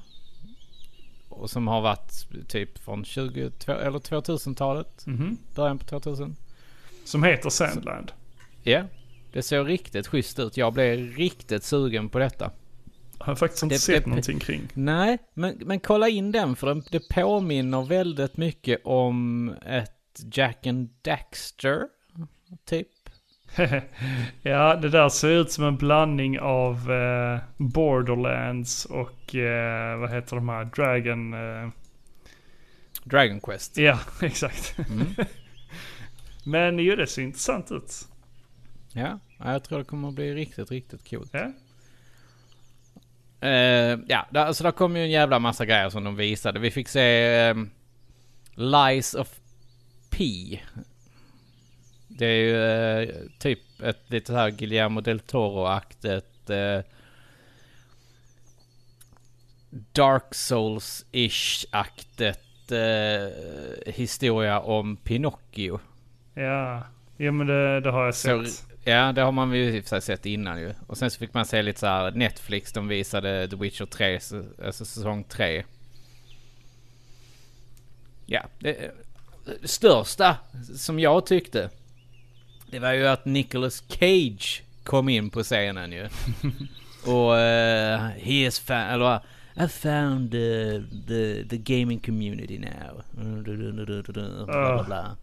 [SPEAKER 2] Och som har varit typ från 20, eller 2000-talet,
[SPEAKER 1] Mhm.
[SPEAKER 2] början på 2000.
[SPEAKER 1] Som heter Sandland.
[SPEAKER 2] Ja, det ser riktigt schysst ut. Jag blev riktigt sugen på detta.
[SPEAKER 1] Har jag faktiskt inte
[SPEAKER 2] Det-
[SPEAKER 1] sett
[SPEAKER 2] det-
[SPEAKER 1] någonting kring.
[SPEAKER 2] Nej, men, men kolla in den för den, det påminner väldigt mycket om ett Jack and Daxter, typ.
[SPEAKER 1] ja, det där ser ut som en blandning av eh, Borderlands och eh, vad heter de här? Dragon... Eh,
[SPEAKER 2] Dragon Quest.
[SPEAKER 1] ja, exakt.
[SPEAKER 2] Mm.
[SPEAKER 1] Men ju, det ser intressant ut.
[SPEAKER 2] Ja, ja, jag tror det kommer att bli riktigt, riktigt coolt.
[SPEAKER 1] Ja.
[SPEAKER 2] Eh, ja, där, alltså där kom ju en jävla massa grejer som de visade. Vi fick se ehm, Lies of P. Det är ju eh, typ ett lite så här Guillermo del Toro-aktigt eh, Dark Souls-ish-aktigt eh, historia om Pinocchio.
[SPEAKER 1] Ja, ja men det, det har jag
[SPEAKER 2] Så,
[SPEAKER 1] sett.
[SPEAKER 2] ja, det har man ju i och för sig sett innan ju. Och sen så fick man se lite så här Netflix, de visade The Witcher 3, s- alltså säsong 3. Ja, det, det största som jag tyckte, det var ju att Nicolas Cage kom in på scenen ju. Och eh, he is fan, eller vad? I found the, the, the gaming community now. Bla, bla, bla.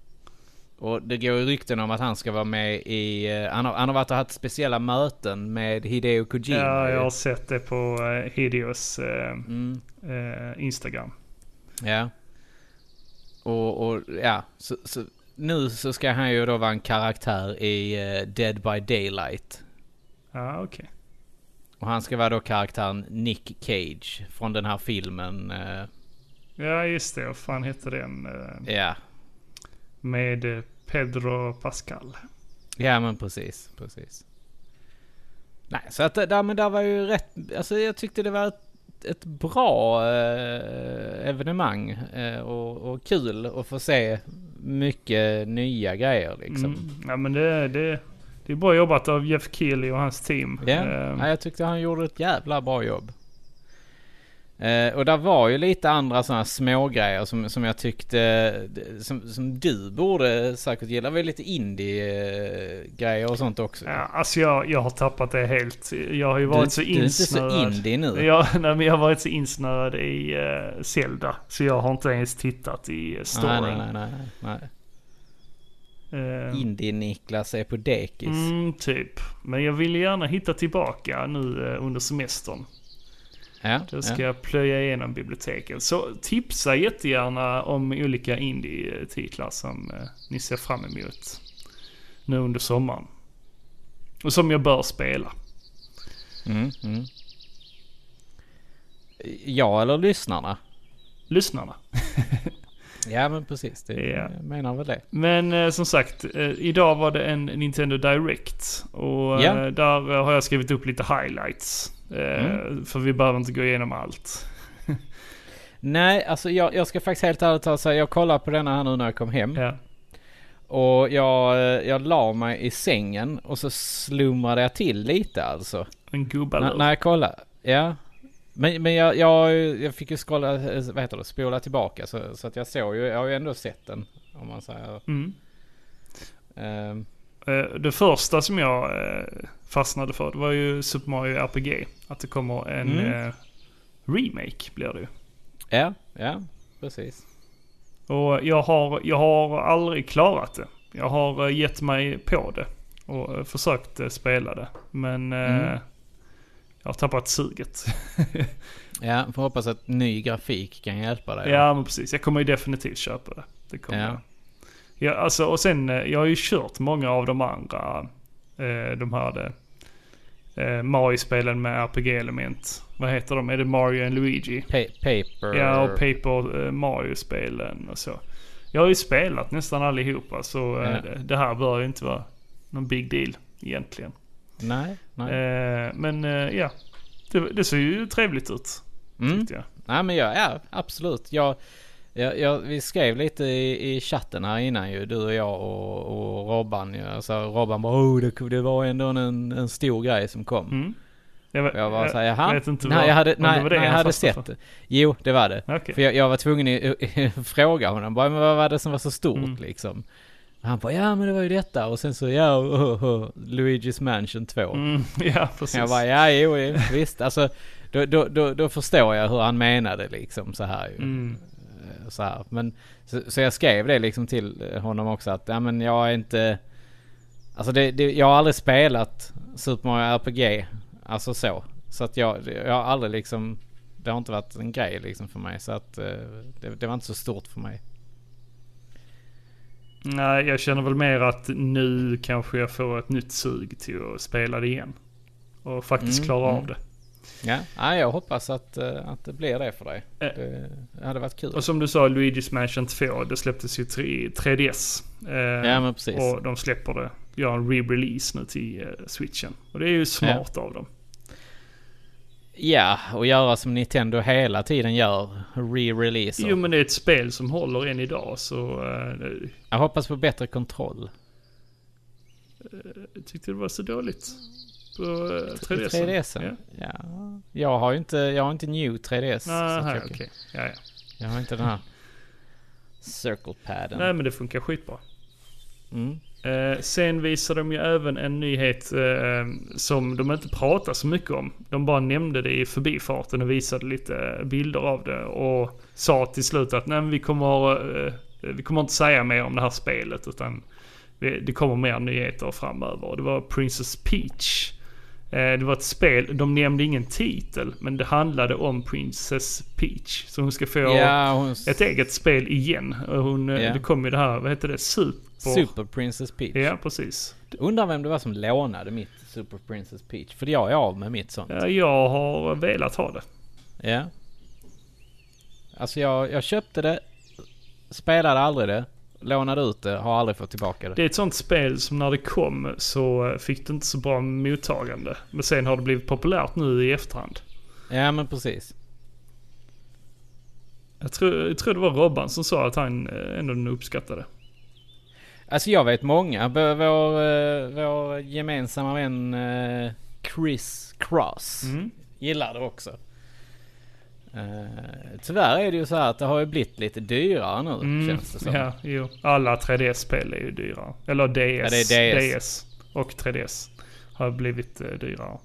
[SPEAKER 2] Och det går ju rykten om att han ska vara med i... eh, Han har, han har varit och haft speciella möten med Hideo Kojima.
[SPEAKER 1] Ja,
[SPEAKER 2] ju.
[SPEAKER 1] jag har sett det på eh, Hideos eh,
[SPEAKER 2] Mm,
[SPEAKER 1] eh, Instagram.
[SPEAKER 2] ja. Och, och ja, så, så, nu så ska han ju då vara en karaktär i eh, Dead by Daylight.
[SPEAKER 1] Ja, okej.
[SPEAKER 2] Och han ska vara då karaktären Nick Cage från den här filmen. eh,
[SPEAKER 1] Ja, just det. Vad fan hette den? eh,
[SPEAKER 2] Ja,
[SPEAKER 1] Med eh, Pedro Pascal.
[SPEAKER 2] ja men precis, precis. Nej, så att det- där, men där var ju rätt, alltså jag tyckte det var ett, ett bra eh, evenemang eh, och, och kul att få se mycket nya grejer liksom.
[SPEAKER 1] Mm. Ja, men det, det, det är bra jobbat av Jeff Keely och hans team.
[SPEAKER 2] Ja,
[SPEAKER 1] Eh,
[SPEAKER 2] ja, jag tyckte han gjorde ett jävla bra jobb. Eh, och där var ju lite andra sådana smågrejer som, som jag tyckte, som, som du borde säkert gilla. Det var ju lite indie-grejer och sånt också.
[SPEAKER 1] ja, alltså jag, jag har tappat det helt. Jag har ju varit
[SPEAKER 2] du,
[SPEAKER 1] så
[SPEAKER 2] du är inte så
[SPEAKER 1] insnöad.
[SPEAKER 2] indie nu.
[SPEAKER 1] Jag, nej, men jag har varit så insnöad i eh, Zelda. Så jag har inte ens tittat i eh,
[SPEAKER 2] nej,
[SPEAKER 1] storyn.
[SPEAKER 2] nej, nej, nej, nej.
[SPEAKER 1] Eh,
[SPEAKER 2] Indie-Niklas är på dekis.
[SPEAKER 1] Mm, typ. Men jag vill gärna hitta tillbaka nu eh, under semestern.
[SPEAKER 2] Ja,
[SPEAKER 1] Då ska
[SPEAKER 2] ja.
[SPEAKER 1] jag plöja igenom biblioteken. Så tipsa jättegärna om olika indie-titlar som eh, ni ser fram emot nu under sommaren. Och som jag bör spela.
[SPEAKER 2] Mm, mm. Ja, eller lyssnarna.
[SPEAKER 1] Lyssnarna.
[SPEAKER 2] Ja, men precis. Det,
[SPEAKER 1] Ja.
[SPEAKER 2] Jag menar väl det.
[SPEAKER 1] Men eh, som sagt, eh, idag var det en Nintendo Direct. Och eh,
[SPEAKER 2] Ja.
[SPEAKER 1] där eh, har jag skrivit upp lite highlights. Eh,
[SPEAKER 2] Mm.
[SPEAKER 1] För vi behöver inte gå igenom allt.
[SPEAKER 2] Nej, alltså jag, jag ska faktiskt helt ärligt talat säga, jag kollade på denna här nu när jag kom hem.
[SPEAKER 1] Ja.
[SPEAKER 2] Och jag, eh, jag la mig i sängen och så slumrade jag till lite alltså.
[SPEAKER 1] En
[SPEAKER 2] N-
[SPEAKER 1] gubbalur.
[SPEAKER 2] när jag kollade. Ja. Men, men jag, jag, jag fick ju scrolla, eh, vad heter det, spola tillbaka så, så att jag såg ju, jag har ju ändå sett den. Om man säger.
[SPEAKER 1] Mm.
[SPEAKER 2] Ehm,
[SPEAKER 1] Eh, Det första som jag eh, fastnade för det var ju Super Mario RPG. Att det kommer en
[SPEAKER 2] Mm.
[SPEAKER 1] eh, remake blir det ju.
[SPEAKER 2] ja, ja, precis.
[SPEAKER 1] Och jag har, jag har aldrig klarat det. Jag har eh, gett mig på det och eh, försökt eh, spela det. Men eh,
[SPEAKER 2] Mm.
[SPEAKER 1] jag har tappat suget.
[SPEAKER 2] Ja, får hoppas att ny grafik kan hjälpa dig.
[SPEAKER 1] ja men precis, jag kommer ju definitivt köpa det. Det kommer
[SPEAKER 2] Ja.
[SPEAKER 1] jag. Ja, alltså, och sen, eh, jag har ju kört många av de andra, eh, de här eh, Mario-spelen med RPG-element. Vad heter de? Är det Mario and Luigi?
[SPEAKER 2] Pa- paper.
[SPEAKER 1] Ja, och Paper eh, Mario-spelen och så. Jag har ju spelat nästan allihopa så eh,
[SPEAKER 2] Ja.
[SPEAKER 1] det- det här bör ju inte vara någon big deal egentligen.
[SPEAKER 2] Nej, nej.
[SPEAKER 1] Eh, men eh, ja, det, det ser ju trevligt ut
[SPEAKER 2] Mm.
[SPEAKER 1] tyckte jag.
[SPEAKER 2] Nej men jag, ja absolut. Jag, Ja, ja, vi skrev lite i, i chatten här innan ju, du och jag och, och Robban. ju. Alltså, Robban bara oh, det, det var ändå en, en stor grej som kom.
[SPEAKER 1] Mm. Jag, vet-
[SPEAKER 2] Och Jag bara såhär,
[SPEAKER 1] jag
[SPEAKER 2] jaha?
[SPEAKER 1] vet inte
[SPEAKER 2] nej,
[SPEAKER 1] vad-
[SPEAKER 2] jag hade,
[SPEAKER 1] om
[SPEAKER 2] nej,
[SPEAKER 1] det var det
[SPEAKER 2] nej, jag
[SPEAKER 1] han
[SPEAKER 2] hade
[SPEAKER 1] fastnade
[SPEAKER 2] sett det. Jo, det var det.
[SPEAKER 1] för. Okej.
[SPEAKER 2] För jag, jag var tvungen att fråga honom, bara, men vad var det som var så stort
[SPEAKER 1] Mm.
[SPEAKER 2] liksom? Han bara, ja men det var ju detta och sen så, ja, oh, oh, oh, Luigi's Mansion 2.
[SPEAKER 1] Mm, ja, precis.
[SPEAKER 2] Jag bara, ja jo, jo visst. Alltså, då, då, då, då förstår jag hur han menade liksom så här ju.
[SPEAKER 1] Mm.
[SPEAKER 2] Eh, Så, här. Men, så, så jag skrev det liksom till eh, honom också att, ja men jag är inte... Alltså det, det, jag har aldrig spelat Super Mario RPG, alltså så. Så att jag, jag har aldrig liksom... Det har inte varit en grej liksom för mig så att eh, det, det var inte så stort för mig.
[SPEAKER 1] Nej, jag känner väl mer att nu kanske jag får ett nytt sug till att spela det igen. Och faktiskt
[SPEAKER 2] Mm,
[SPEAKER 1] klara av
[SPEAKER 2] mm.
[SPEAKER 1] det.
[SPEAKER 2] Ja, nej, jag hoppas att, eh, att det blir det för dig.
[SPEAKER 1] Eh.
[SPEAKER 2] Det, det hade varit kul.
[SPEAKER 1] Och som du sa, Luigi's Mansion 2, det släpptes ju tre- 3DS. Eh,
[SPEAKER 2] Ja men precis.
[SPEAKER 1] och de släpper det, gör en re-release nu till eh, switchen. Och det är ju smart av dem.
[SPEAKER 2] Ja, och göra som Nintendo hela tiden gör, re-releaser.
[SPEAKER 1] Jo men det är ett spel som håller än idag så eh, det-
[SPEAKER 2] Jag hoppas på bättre kontroll.
[SPEAKER 1] jag tyckte det var så dåligt. På eh, 3DS.
[SPEAKER 2] 3DS.
[SPEAKER 1] Ja.
[SPEAKER 2] Ja. Jag har ju inte, jag har inte New 3DS. så
[SPEAKER 1] Nej,
[SPEAKER 2] att jag,
[SPEAKER 1] Ah, okej. Ja, ja.
[SPEAKER 2] jag har inte den här Circle Paden.
[SPEAKER 1] Nej men det funkar skitbra.
[SPEAKER 2] Mm.
[SPEAKER 1] Eh, sen visade de ju även en nyhet eh, som de inte pratade så mycket om. De bara nämnde det i förbifarten och visade lite eh, bilder av det och sa till slut att nej, men vi, kommer, eh, vi kommer inte säga mer om det här spelet utan vi- det kommer mer nyheter framöver. Det var Princess Peach. Eh, det var ett spel, de nämnde ingen titel men det handlade om Princess Peach. Så hon ska få
[SPEAKER 2] Ja, hon...
[SPEAKER 1] ett eget spel igen. Och Hon, eh,
[SPEAKER 2] Ja.
[SPEAKER 1] Det kom ju det här, vad heter det? Super...
[SPEAKER 2] Super Princess Peach.
[SPEAKER 1] Ja, precis.
[SPEAKER 2] Undrar vem det var som lånade mitt Super Princess Peach. För jag är av med mitt sånt.
[SPEAKER 1] Ja, Jag har velat ha det.
[SPEAKER 2] Ja. Alltså jag, jag köpte det, spelade aldrig det, lånade ut det, har aldrig fått tillbaka det.
[SPEAKER 1] Det är ett sånt spel som när det kom så eh, fick det inte så bra mottagande. Men sen har det blivit populärt nu i efterhand.
[SPEAKER 2] Ja men precis.
[SPEAKER 1] Jag tror, jag tror det var Robban som sa att han eh, ändå uppskattade
[SPEAKER 2] Alltså jag vet många. Vår, vår, eh, vår gemensamma vän eh, Chris Cross
[SPEAKER 1] det. Mm.
[SPEAKER 2] gillar det också. Eh, Tyvärr är det ju så här att det har ju blivit lite dyrare nu känns det som.
[SPEAKER 1] Mm, Ja, jo. Alla 3D-spel är ju dyrare. Eller DS.
[SPEAKER 2] Ja, det är DS.
[SPEAKER 1] och 3DS har blivit eh, dyrare.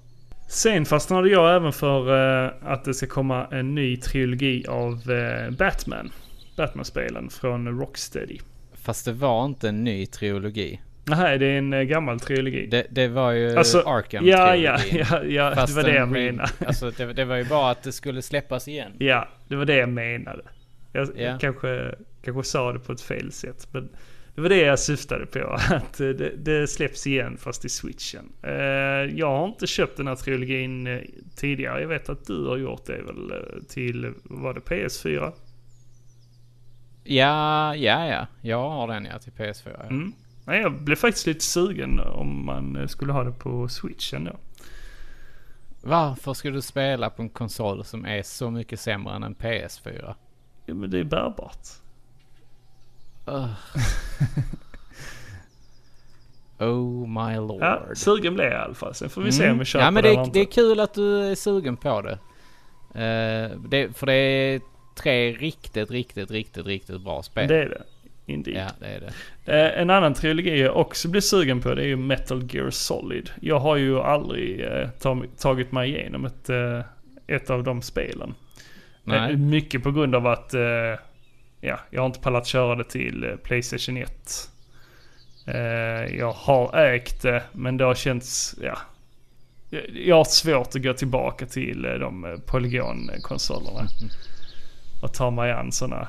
[SPEAKER 1] Sen fastnade jag även för eh, att det ska komma en ny trilogi av eh, Batman. Batman-spelen från Rocksteady.
[SPEAKER 2] Fast det var inte en ny trilogi.
[SPEAKER 1] Nej, det är en eh, gammal trilogi.
[SPEAKER 2] Det, det var ju
[SPEAKER 1] Alltså,
[SPEAKER 2] Arkham
[SPEAKER 1] ja,
[SPEAKER 2] trilogin
[SPEAKER 1] ja, ja, ja, det var det jag menade.
[SPEAKER 2] Alltså det, det var ju bara att det skulle släppas igen.
[SPEAKER 1] Ja, det var det jag menade. Jag
[SPEAKER 2] Ja.
[SPEAKER 1] kanske, kanske sa det på ett fel sätt. Men det var det jag syftade på. Att eh, det, det släpps igen fast i switchen. Eh, Jag har inte köpt den här trilogin eh, tidigare. Jag vet att du har gjort det väl eh, till, var det PS4?
[SPEAKER 2] Ja, ja, ja. Jag har den ja till PS4. Ja.
[SPEAKER 1] Mm. Nej, jag blev faktiskt lite sugen om man eh, skulle ha det på switchen då.
[SPEAKER 2] Varför ska du spela på en konsol som är så mycket sämre än en PS4?
[SPEAKER 1] Ja, men det är bärbart.
[SPEAKER 2] Ugh. oh my lord.
[SPEAKER 1] Ja, sugen blev jag i alla fall. Sen får vi se om vi köper
[SPEAKER 2] Mm. ja, men det,
[SPEAKER 1] den eller
[SPEAKER 2] är,
[SPEAKER 1] inte.
[SPEAKER 2] det är kul att du är sugen på det. Eh, det för det är tre riktigt, riktigt, riktigt, riktigt bra spel.
[SPEAKER 1] Det är det. Indeed.
[SPEAKER 2] Ja, det är det.
[SPEAKER 1] Eh, En annan trilogi jag också blir sugen på det är ju Metal Gear Solid. Jag har ju aldrig eh, ta- tagit mig igenom ett, eh, ett av de spelen.
[SPEAKER 2] Nej.
[SPEAKER 1] Eh, Mycket på grund av att eh, ja, jag har inte pallat köra det till eh, Playstation 1. Eh, Jag har ägt det men det har känts, ja. Jag- Jag har svårt att gå tillbaka till eh, de eh, polygonkonsolerna. Och ta mig an sådana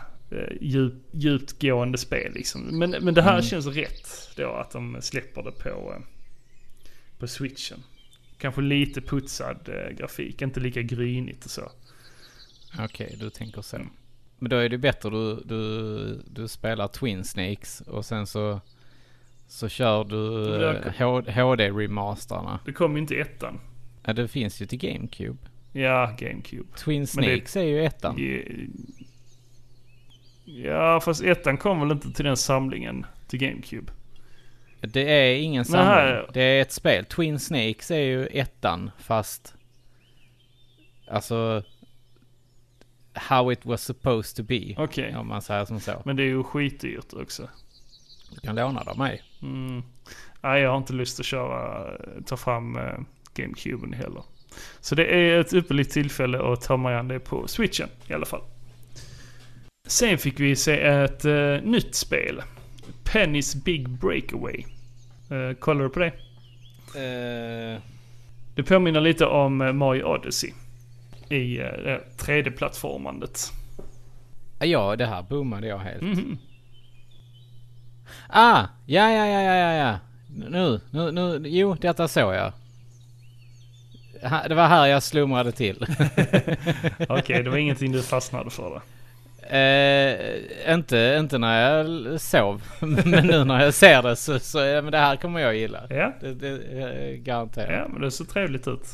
[SPEAKER 1] djup, djupgående spel liksom. Men, men det här känns rätt då att de släpper det på, eh, på switchen. Kanske lite putsad eh, grafik, inte lika grynigt och så. eh.
[SPEAKER 2] Okej, du tänker så. Men då är det bättre du, du, du spelar Twin Snakes och sen så, så kör du
[SPEAKER 1] blir jag-
[SPEAKER 2] eh, H- HD-remasterna.
[SPEAKER 1] Det kom ju inte i ettan.
[SPEAKER 2] Ja, det finns ju till GameCube.
[SPEAKER 1] Ja, GameCube.
[SPEAKER 2] Twin
[SPEAKER 1] Men det-
[SPEAKER 2] Snakes är ju ettan.
[SPEAKER 1] Ge- Ja, fast ettan kom väl inte till den samlingen till GameCube?
[SPEAKER 2] Det är ingen
[SPEAKER 1] Nej.
[SPEAKER 2] samling. Det är ett spel. Twin Snakes är ju ettan fast... Alltså... How it was supposed to be.
[SPEAKER 1] Okej.
[SPEAKER 2] Om man säger som så.
[SPEAKER 1] Men det är ju skitdyrt också.
[SPEAKER 2] Du kan låna det av mig.
[SPEAKER 1] Mm. Nej, jag har inte lust att köra, ta fram eh, GameCuben heller. Så det är ett ypperligt tillfälle att ta mig an det på switchen i alla fall. Sen fick vi se ett eh, nytt spel. Penny's Big Breakaway. Eh, kollar du på det?
[SPEAKER 2] Eh,
[SPEAKER 1] Det påminner lite om eh, Mario Odyssey. I eh, det 3D-plattformandet.
[SPEAKER 2] ja, det här boomade jag helt.
[SPEAKER 1] Mhm.
[SPEAKER 2] Ah! Ja, ja, ja, ja, ja, ja. Nu, nu, nu. Jo, detta såg jag. Ha- Det var här jag slumrade till.
[SPEAKER 1] Okej, det var ingenting du fastnade för då.
[SPEAKER 2] Eh, inte, inte när jag l- sov. men nu när jag ser det så, så ja, men det här kommer jag gilla.
[SPEAKER 1] Ja,
[SPEAKER 2] Det, det eh, garanterat.
[SPEAKER 1] ja men det ser trevligt ut.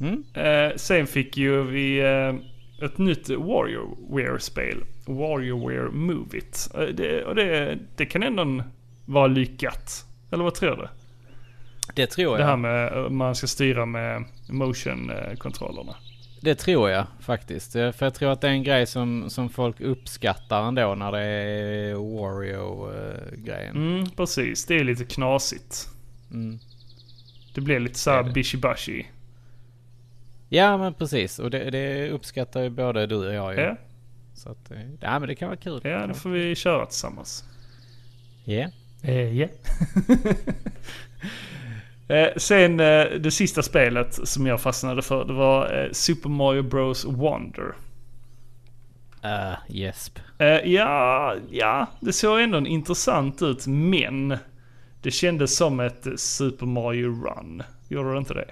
[SPEAKER 2] Mm?
[SPEAKER 1] Eh, sen fick ju vi eh, ett nytt Warriorware-spel. Warriorware Move It. Eh, det, och det, det kan ändå vara lyckat. Eller vad tror du?
[SPEAKER 2] Det tror
[SPEAKER 1] Det
[SPEAKER 2] jag.
[SPEAKER 1] här med eh, man ska styra med eh, motion-kontrollerna.
[SPEAKER 2] Det tror jag faktiskt. Eh, För jag tror att det är en grej som, som folk uppskattar ändå när det är Wario-grejen.
[SPEAKER 1] Mm, precis. Det är lite knasigt.
[SPEAKER 2] Mm.
[SPEAKER 1] Det blir lite
[SPEAKER 2] Det är
[SPEAKER 1] såhär
[SPEAKER 2] det.
[SPEAKER 1] bishi-bashi.
[SPEAKER 2] Ja men precis och det, det uppskattar ju både du och jag ju.
[SPEAKER 1] Ja,
[SPEAKER 2] Så att, eh, ja men det kan vara kul.
[SPEAKER 1] ja, det får vi köra tillsammans.
[SPEAKER 2] Ja.
[SPEAKER 1] Eh, ja. Eh, Sen eh, det sista spelet som jag fastnade för det var eh, Super Mario Bros Wonder.
[SPEAKER 2] Eh, Jesp.
[SPEAKER 1] Eh, ja, ja, det såg ändå intressant ut men det kändes som ett eh, Super Mario Run. Gjorde det inte det?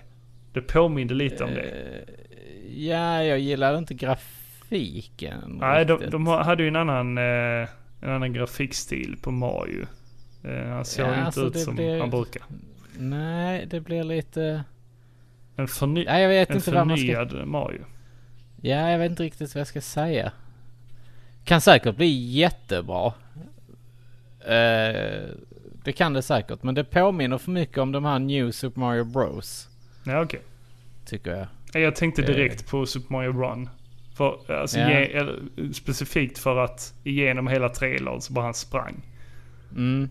[SPEAKER 1] Det påminde lite om det.
[SPEAKER 2] Eh, ja, jag gillar inte grafiken
[SPEAKER 1] Nej, de,
[SPEAKER 2] riktigt.
[SPEAKER 1] de har- hade ju en annan, eh, en annan grafikstil på Mario. Eh, han såg
[SPEAKER 2] Ja,
[SPEAKER 1] inte
[SPEAKER 2] alltså,
[SPEAKER 1] ut
[SPEAKER 2] det
[SPEAKER 1] som
[SPEAKER 2] blir-
[SPEAKER 1] han brukar.
[SPEAKER 2] Nej, det blir lite...
[SPEAKER 1] En, förny-
[SPEAKER 2] Nej, jag vet
[SPEAKER 1] en
[SPEAKER 2] inte vad man ska...
[SPEAKER 1] förnyad Mario.
[SPEAKER 2] Ja, jag vet inte riktigt vad jag ska säga. Kan säkert bli jättebra. Eh, det kan det säkert, men det påminner för mycket om de här New Super Mario Bros.
[SPEAKER 1] Ja, okej.
[SPEAKER 2] Tycker jag.
[SPEAKER 1] Nej, Jag tänkte
[SPEAKER 2] Eh.
[SPEAKER 1] direkt på Super Mario Run. För, alltså,
[SPEAKER 2] Ja.
[SPEAKER 1] ge, eller, specifikt för att genom hela trailern så bara han sprang.
[SPEAKER 2] Mm.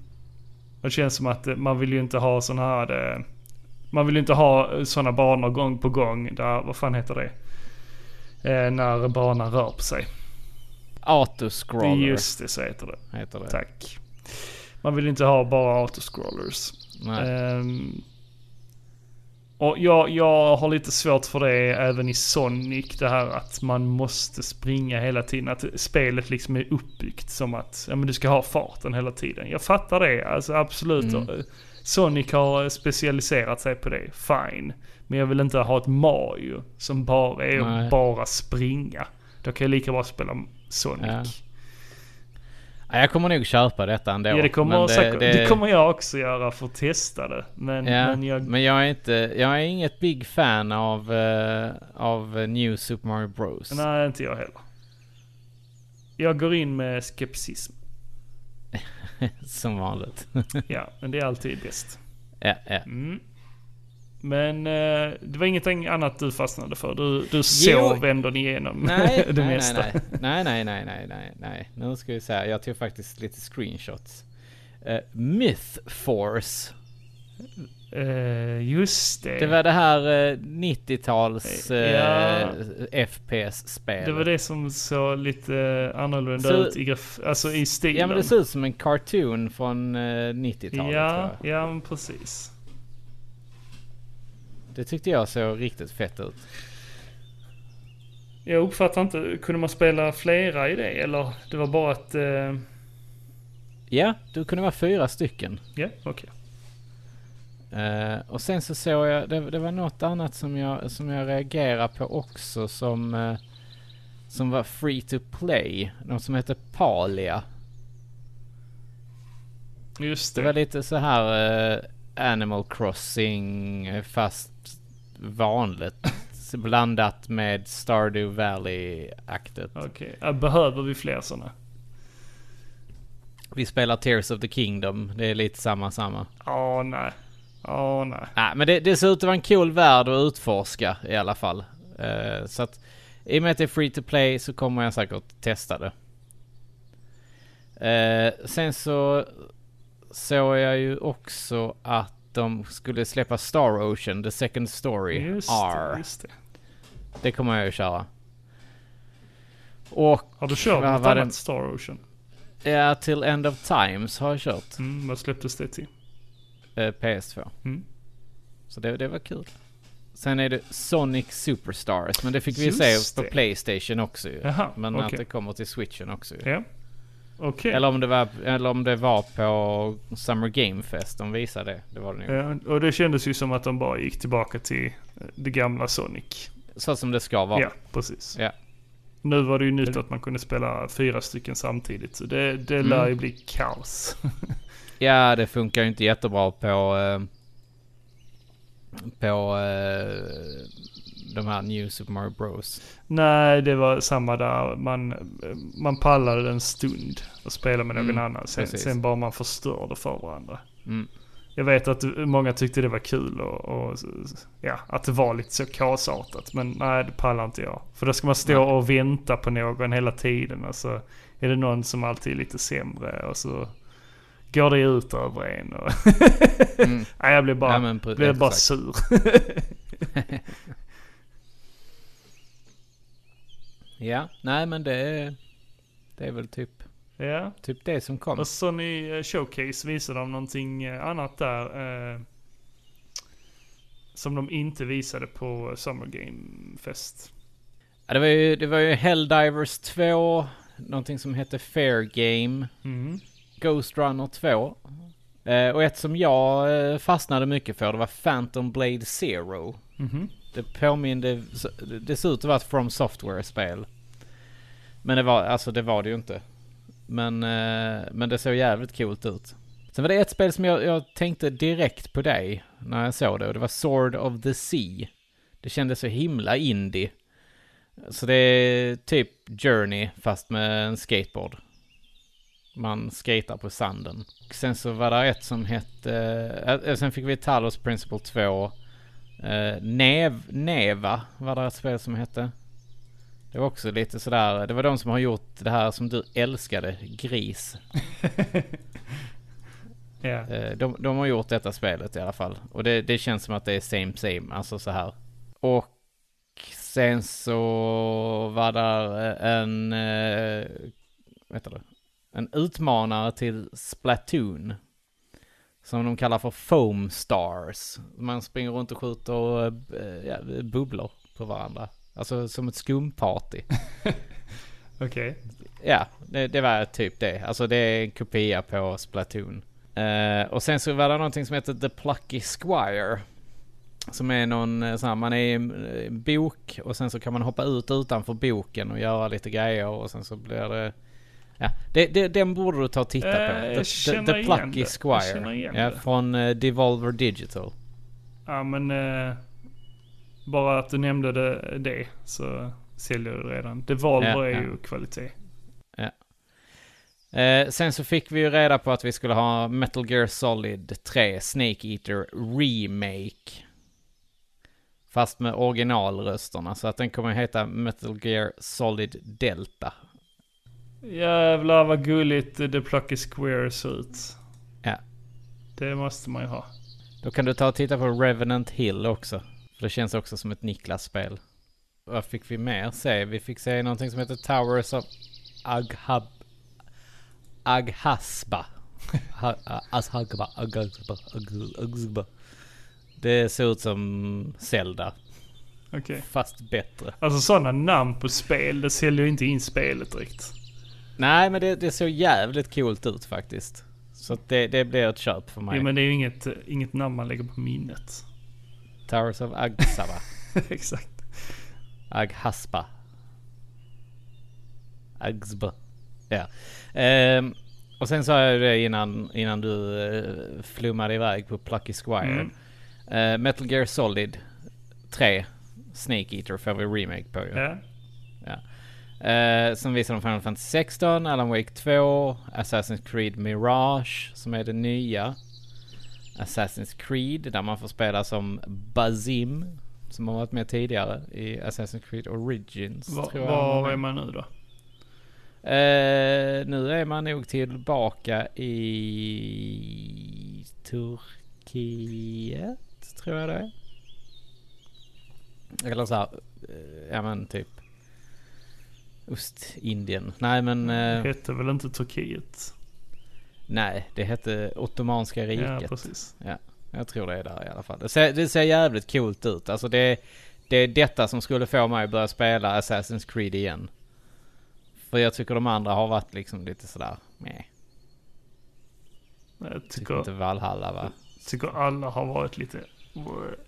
[SPEAKER 1] Det känns som att eh, man vill ju inte ha såna här... eh, Man vill ju inte ha eh, såna banor gång på gång. Där, vad fan heter det? Eh, när banan rör på sig.
[SPEAKER 2] Autoscroller
[SPEAKER 1] Just det, så heter det.
[SPEAKER 2] heter det.
[SPEAKER 1] Tack. Man vill inte ha bara autoscrollers.
[SPEAKER 2] Nej.
[SPEAKER 1] Ehm, och jag, jag har lite svårt för det även i Sonic. Det här att man måste springa hela tiden. Att spelet liksom är uppbyggt som att ja, men du ska ha farten hela tiden. Jag fattar det, alltså absolut.
[SPEAKER 2] Mm.
[SPEAKER 1] Sonic har specialiserat sig på det, fine. Men jag vill inte ha ett Mario som bara är
[SPEAKER 2] Nej.
[SPEAKER 1] att bara springa. Då kan jag lika bra spela Sonic.
[SPEAKER 2] Ja. Ja, jag kommer nog köpa detta ändå.
[SPEAKER 1] Ja, det kommer,
[SPEAKER 2] men
[SPEAKER 1] säkert, det... kommer jag också göra för att testa det. Men,
[SPEAKER 2] Ja,
[SPEAKER 1] men jag...
[SPEAKER 2] är inte, jag är inget big fan av, eh, av eh, New Super Mario Bros.
[SPEAKER 1] Nej, inte jag heller. Jag går in med skepticism.
[SPEAKER 2] Som vanligt.
[SPEAKER 1] Ja, men det är alltid bäst.
[SPEAKER 2] ja, ja.
[SPEAKER 1] Mm. Men eh, det var ingenting annat du fastnade för. Du, du
[SPEAKER 2] Jo.
[SPEAKER 1] sov ändå igenom
[SPEAKER 2] Nej,
[SPEAKER 1] det
[SPEAKER 2] nej,
[SPEAKER 1] mesta.
[SPEAKER 2] nej, nej, nej, nej, nej, nej, nej. Nu ska vi säga, jag tog faktiskt lite screenshots. Eh, Myth Force.
[SPEAKER 1] Eh, just det.
[SPEAKER 2] Det var det här eh, 90-tals
[SPEAKER 1] Ja.
[SPEAKER 2] FPS-spel.
[SPEAKER 1] det var det som såg lite eh, annorlunda
[SPEAKER 2] Så-
[SPEAKER 1] ut i, graf- alltså i stilen.
[SPEAKER 2] Ja men det ser ut som en cartoon från eh, 90-talet tror
[SPEAKER 1] ja,
[SPEAKER 2] jag.
[SPEAKER 1] ja, men precis.
[SPEAKER 2] Det tyckte jag såg riktigt fett ut.
[SPEAKER 1] Jag uppfattar inte, kunde man spela flera i det eller det var bara ett... eh, Ja,
[SPEAKER 2] Ja, du kunde vara fyra stycken.
[SPEAKER 1] okej.
[SPEAKER 2] Eh, och sen så såg jag, det, det var något annat som jag, som jag reagerade på också som, eh, som var free to play. De som hette Palia.
[SPEAKER 1] Just
[SPEAKER 2] Det
[SPEAKER 1] det.
[SPEAKER 2] var lite så här eh, Animal Crossing eh, fast vanligt s- blandat med Stardew Valley-aktet.
[SPEAKER 1] Okej, ja, behöver vi fler sådana?
[SPEAKER 2] Vi spelar Tears of the Kingdom. Det är lite samma samma.
[SPEAKER 1] Ja, nej. Ja, nej.
[SPEAKER 2] Nej, men det, det ser ut att vara en cool värld att utforska i alla fall. Eh, så att i och med att det är free to play så kommer jag säkert testa det. Eh, sen så såg jag ju också att de skulle släppa Star Ocean, The Second Story,
[SPEAKER 1] Just
[SPEAKER 2] R.
[SPEAKER 1] det, just det.
[SPEAKER 2] Det kommer jag ju köra. Och
[SPEAKER 1] Har du kört
[SPEAKER 2] Vad
[SPEAKER 1] något
[SPEAKER 2] var det?
[SPEAKER 1] annat Star Ocean?
[SPEAKER 2] ja, till End of Times har jag kört
[SPEAKER 1] Mm, vad släpptes det till?
[SPEAKER 2] eh, PS2.
[SPEAKER 1] Mm.
[SPEAKER 2] Så det, det var kul. Sen är det Sonic Superstars, men det fick vi ju
[SPEAKER 1] Just
[SPEAKER 2] se på
[SPEAKER 1] det.
[SPEAKER 2] Playstation också ju.
[SPEAKER 1] Jaha,
[SPEAKER 2] Men att
[SPEAKER 1] okej.
[SPEAKER 2] det kommer till Switchen också ju.
[SPEAKER 1] Ja. Okej.
[SPEAKER 2] Eller, om det var, eller om det var på Summer Game Fest de visade det. Det var det nog.
[SPEAKER 1] Ja, och det kändes ju som att de bara gick tillbaka till eh, det gamla Sonic.
[SPEAKER 2] Så som det ska vara.
[SPEAKER 1] Ja, precis.
[SPEAKER 2] Ja.
[SPEAKER 1] Nu var det ju nytt att man kunde spela fyra stycken samtidigt. Så det,
[SPEAKER 2] Mm.
[SPEAKER 1] det lär ju bli kaos.
[SPEAKER 2] Ja, det funkar ju inte jättebra på... Eh, på eh, de här New Super Mario Bros.
[SPEAKER 1] Nej, det var samma där. Man, eh, man pallade en stund och spelade med någon
[SPEAKER 2] Mm,
[SPEAKER 1] annan. Sen,
[SPEAKER 2] precis.
[SPEAKER 1] sen bara man förstörde för varandra.
[SPEAKER 2] Mm.
[SPEAKER 1] Jag vet att många tyckte det var kul och, och ja, att det var lite så kaosartat. Men nej, det pallar inte jag. För då ska man stå och vänta på någon hela tiden. Och så är det någon som alltid är lite sämre och så går det ut över en. Och
[SPEAKER 2] Mm.
[SPEAKER 1] nej, jag blir bara,
[SPEAKER 2] Ja, men pre-
[SPEAKER 1] blir bara
[SPEAKER 2] exakt.
[SPEAKER 1] sur.
[SPEAKER 2] Ja, nej men det är... Det är väl typ,
[SPEAKER 1] ja.
[SPEAKER 2] typ det som kom.
[SPEAKER 1] Och Sony eh, Showcase visade de någonting eh, annat där. Eh, som de inte visade på Summer Game Fest.
[SPEAKER 2] Ja, det, var ju, det var ju Helldivers 2, någonting som hette Fair Game,
[SPEAKER 1] Mm.
[SPEAKER 2] Ghost Runner 2. Eh, och ett som jag eh, fastnade mycket för, det var Phantom Blade Zero.
[SPEAKER 1] Mhm.
[SPEAKER 2] Det påminde, det ser ut att vara ett From Software-spel. Men det var, alltså det var det ju inte. Men, eh, men det såg jävligt coolt ut. Sen var det ett spel som jag, jag tänkte direkt på dig när jag såg det och det var Sword of the Sea. Det kändes så himla indie. Så det är typ Journey fast med en skateboard. Man skatar på sanden. Sen så var det ett som hette... eh, sen fick vi Talos Principle 2. Eh, Nev, Neva var det ett spel som hette. Det var också lite sådär, det var de som har gjort det här som du älskade, Gris.
[SPEAKER 1] Ja.
[SPEAKER 2] Eh, de, de har gjort detta spelet i alla fall. Och det, det känns som att det är same same, alltså så här. Och sen så var där eh, en, eh, vad heter det? En utmanare till Splatoon. Som de kallar för Foam Stars. Man springer runt och skjuter eh, ja, bubblor på varandra. Alltså som ett skumparty.
[SPEAKER 1] Okej.
[SPEAKER 2] Ja, det, det var typ det. Alltså det är en kopia på Splatoon. Eh, och sen så var det någonting som heter The Plucky Squire. Som är någon eh, sån här, man är i en eh, bok och sen så kan man hoppa ut utanför boken och göra lite grejer och sen så blir det... Ja, det, det, den borde du ta och titta
[SPEAKER 1] Eh,
[SPEAKER 2] på.
[SPEAKER 1] jag
[SPEAKER 2] The, the,
[SPEAKER 1] känner
[SPEAKER 2] the
[SPEAKER 1] igen det.
[SPEAKER 2] Plucky
[SPEAKER 1] Jag känner
[SPEAKER 2] Squire.
[SPEAKER 1] igen
[SPEAKER 2] Ja,
[SPEAKER 1] det.
[SPEAKER 2] från eh, Devolver Digital.
[SPEAKER 1] Ja men eh, bara att du nämnde det, det så säljer du redan. Devolver
[SPEAKER 2] Ja,
[SPEAKER 1] är
[SPEAKER 2] ja.
[SPEAKER 1] ju kvalitet.
[SPEAKER 2] Eh, sen så fick vi ju reda på att vi skulle ha Metal Gear Solid 3 Snake Eater Remake. Fast med originalrösterna, så att den kommer heta Metal Gear Solid Delta.
[SPEAKER 1] Jävlar vad gulligt The Plucky Square ser ut.
[SPEAKER 2] Ja.
[SPEAKER 1] Det måste man ju ha.
[SPEAKER 2] Då kan du ta och titta på Revenant Hill också. För det känns också som ett Niklas-spel. Vad fick vi mer se? Vi fick se någonting som heter Towers of Aghab... Aghasba. Ha- a- Ashagba, Aghasba, Agh- Aghasba. Det ser ut som Zelda,
[SPEAKER 1] Okej.
[SPEAKER 2] fast bättre.
[SPEAKER 1] Alltså sådana namn på spel, det säljer ju inte in spelet direkt.
[SPEAKER 2] Nej, men det, det såg jävligt coolt ut faktiskt. Så att det, det blir ett köp för mig.
[SPEAKER 1] Jo men det är ju inget, inget namn man lägger på minnet.
[SPEAKER 2] Towers of Aghasba.
[SPEAKER 1] Exakt.
[SPEAKER 2] Aghaspa. Agsba. Ja. Ehm, och sen sa jag ju det innan, innan du uh, flummade iväg på Plucky Squire.
[SPEAKER 1] Mm.
[SPEAKER 2] Eh, Metal Gear Solid 3. Snake Eater får vi remake på ju.
[SPEAKER 1] Ja.
[SPEAKER 2] Eh, sen visar de Final Fantasy 16, Alan Wake 2, Assassin's Creed Mirage som är det nya. Assassin's Creed där man får spela som Bazim som har varit med tidigare i Assassin's Creed Origins.
[SPEAKER 1] Var,
[SPEAKER 2] tror jag
[SPEAKER 1] var är man nu då?
[SPEAKER 2] Eh, nu är man nog tillbaka i Turkiet, tror jag det är. Eller så här, eh, ja men typ Ostindien. Nej men, eh,
[SPEAKER 1] Det hette väl inte Turkiet?
[SPEAKER 2] nej det hette Ottomanska
[SPEAKER 1] Ja,
[SPEAKER 2] riket.
[SPEAKER 1] precis.
[SPEAKER 2] Jag tror det är där i alla fall. Det ser, det ser jävligt coolt ut. Alltså det, det är detta som skulle få mig att börja spela Assassin's Creed igen. För jag tycker de andra har varit liksom lite sådär, meh.
[SPEAKER 1] Jag
[SPEAKER 2] Tycker inte
[SPEAKER 1] tycker,
[SPEAKER 2] Valhalla va?
[SPEAKER 1] tycker alla har varit lite...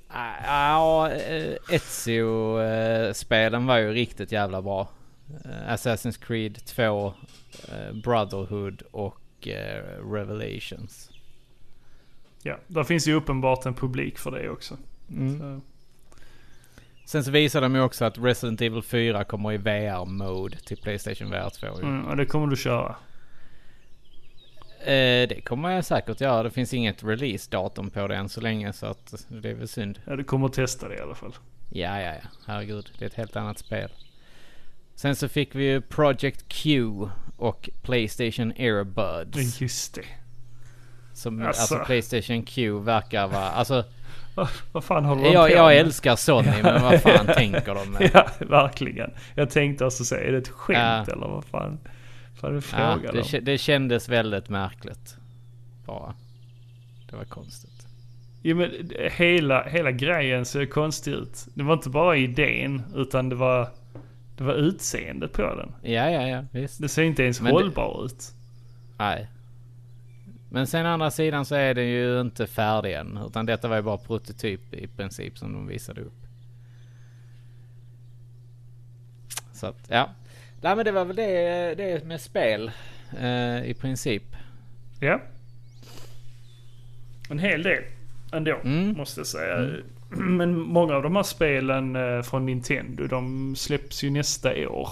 [SPEAKER 2] Ah, Ja, eh, Ezio-spelen var ju riktigt jävla bra. Eh, Assassin's Creed 2, eh, Brotherhood och eh, Revelations.
[SPEAKER 1] Ja, där finns ju uppenbart en publik för det också.
[SPEAKER 2] Mm.
[SPEAKER 1] Så,
[SPEAKER 2] Sen så visar de ju också att Resident Evil 4 kommer i VR-mode till Playstation VR 2. ju.
[SPEAKER 1] mm, och det kommer du köra.
[SPEAKER 2] Eh, det kommer jag säkert göra. Det finns inget release-datum på det än så länge så att det är väl synd.
[SPEAKER 1] Ja, du kommer att testa det i alla fall.
[SPEAKER 2] Ja, ja, ja. Herregud. Det är ett helt annat spel. Sen så fick vi ju Project Q och Playstation
[SPEAKER 1] Men
[SPEAKER 2] Earbuds.
[SPEAKER 1] just det.
[SPEAKER 2] Som, alltså.
[SPEAKER 1] Mm. Alltså.
[SPEAKER 2] Playstation Q verkar vara... Alltså,
[SPEAKER 1] Vad, vad fan håller de
[SPEAKER 2] jag,
[SPEAKER 1] på
[SPEAKER 2] jag
[SPEAKER 1] med?
[SPEAKER 2] älskar Sony, men vad fan tänker de med?
[SPEAKER 1] Ja, verkligen. Jag tänkte alltså säga, är det ett skämt
[SPEAKER 2] Ja.
[SPEAKER 1] eller vad fan? Fan, du
[SPEAKER 2] Ja,
[SPEAKER 1] frågar
[SPEAKER 2] det,
[SPEAKER 1] dem.
[SPEAKER 2] kä- det kändes väldigt märkligt. Bara. Det var konstigt.
[SPEAKER 1] Jo, men det- hela, hela grejen ser konstig ut. Det var inte bara idén, utan det var, det var utseendet på den.
[SPEAKER 2] Ja, ja, ja. Visst.
[SPEAKER 1] Det ser inte ens
[SPEAKER 2] Men det-
[SPEAKER 1] hållbar ut.
[SPEAKER 2] Nej. Men sen å andra sidan så är den ju inte färdig än. Utan detta var ju bara prototyp i princip som de visade upp. Så att, ja. Nej men det var väl det, det med spel. Eh, I princip.
[SPEAKER 1] Ja. En hel del ändå,
[SPEAKER 2] Mm.
[SPEAKER 1] måste jag säga. Men många av de här spelen eh, från Nintendo, de släpps ju nästa år.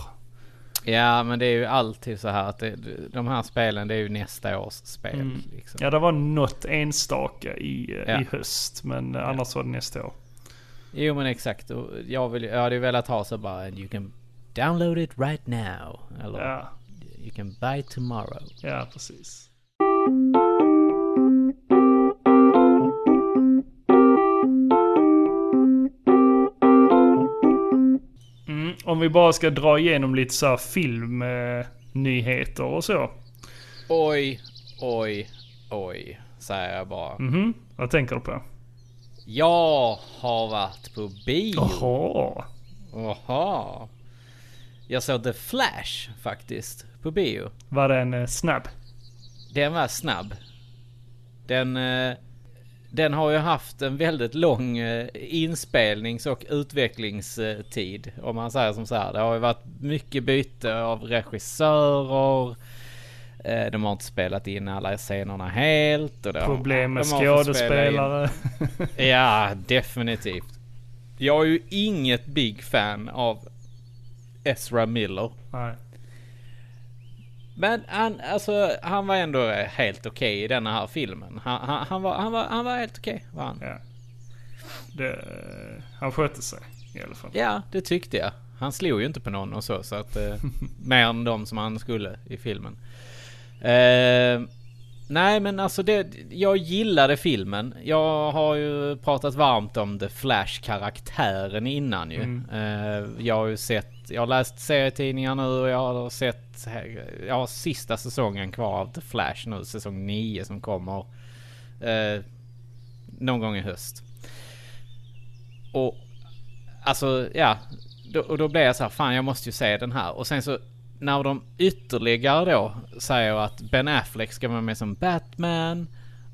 [SPEAKER 2] Ja men det är ju alltid så här att det, de här spelen det är ju nästa års spel.
[SPEAKER 1] Mm.
[SPEAKER 2] Liksom.
[SPEAKER 1] Ja, det var något enstaka i, eh,
[SPEAKER 2] Ja.
[SPEAKER 1] i höst, men eh, annars var det nästa år.
[SPEAKER 2] Jo men exakt. Och jag, vill, jag hade ju velat ha så bara you can download it right now. Eller
[SPEAKER 1] Ja,
[SPEAKER 2] you can buy tomorrow.
[SPEAKER 1] ja precis. Mm, om vi bara ska dra igenom lite så här filmnyheter eh, nyheter och så.
[SPEAKER 2] Oj, oj, oj, säger jag bara.
[SPEAKER 1] Mhm, vad tänker du på?
[SPEAKER 2] Jag har varit på bio.
[SPEAKER 1] Jaha.
[SPEAKER 2] Jaha. Jag såg The Flash faktiskt, på bio.
[SPEAKER 1] Var den eh, snabb?
[SPEAKER 2] Den var snabb. Den, eh, den har ju haft en väldigt lång eh, inspelnings och utvecklingstid. Om man säger som så här. Det har ju varit mycket byte av regissörer. Eh, De har inte spelat in alla scenerna helt. Och det har-
[SPEAKER 1] Problem med
[SPEAKER 2] de har fått spela in-
[SPEAKER 1] skådespelare?
[SPEAKER 2] Ja, definitivt. Jag är ju inget big fan av Ezra Miller.
[SPEAKER 1] Nej.
[SPEAKER 2] Men han, alltså, han var ändå helt okej i den här filmen. Han, han, han, var, han, var, han var helt okej, var han.
[SPEAKER 1] Ja. Det, eh, han skötte sig i alla fall.
[SPEAKER 2] Ja, det tyckte jag. Han slog ju inte på någon och så, så att... Eh, mer än de som han skulle i filmen. Eh, nej, men alltså det... Jag gillade filmen. Jag har ju pratat varmt om The Flash-karaktären innan ju. Eh, jag har ju sett... Jag har läst serietidningar nu och jag har sett... Jag har sista säsongen kvar av The Flash nu, säsong 9 som kommer. Eh, någon gång i höst. Och alltså ja, då, och då blev jag så här, fan jag måste ju se den här. Och sen så när de ytterligare då säger att Ben Affleck ska vara med som Batman.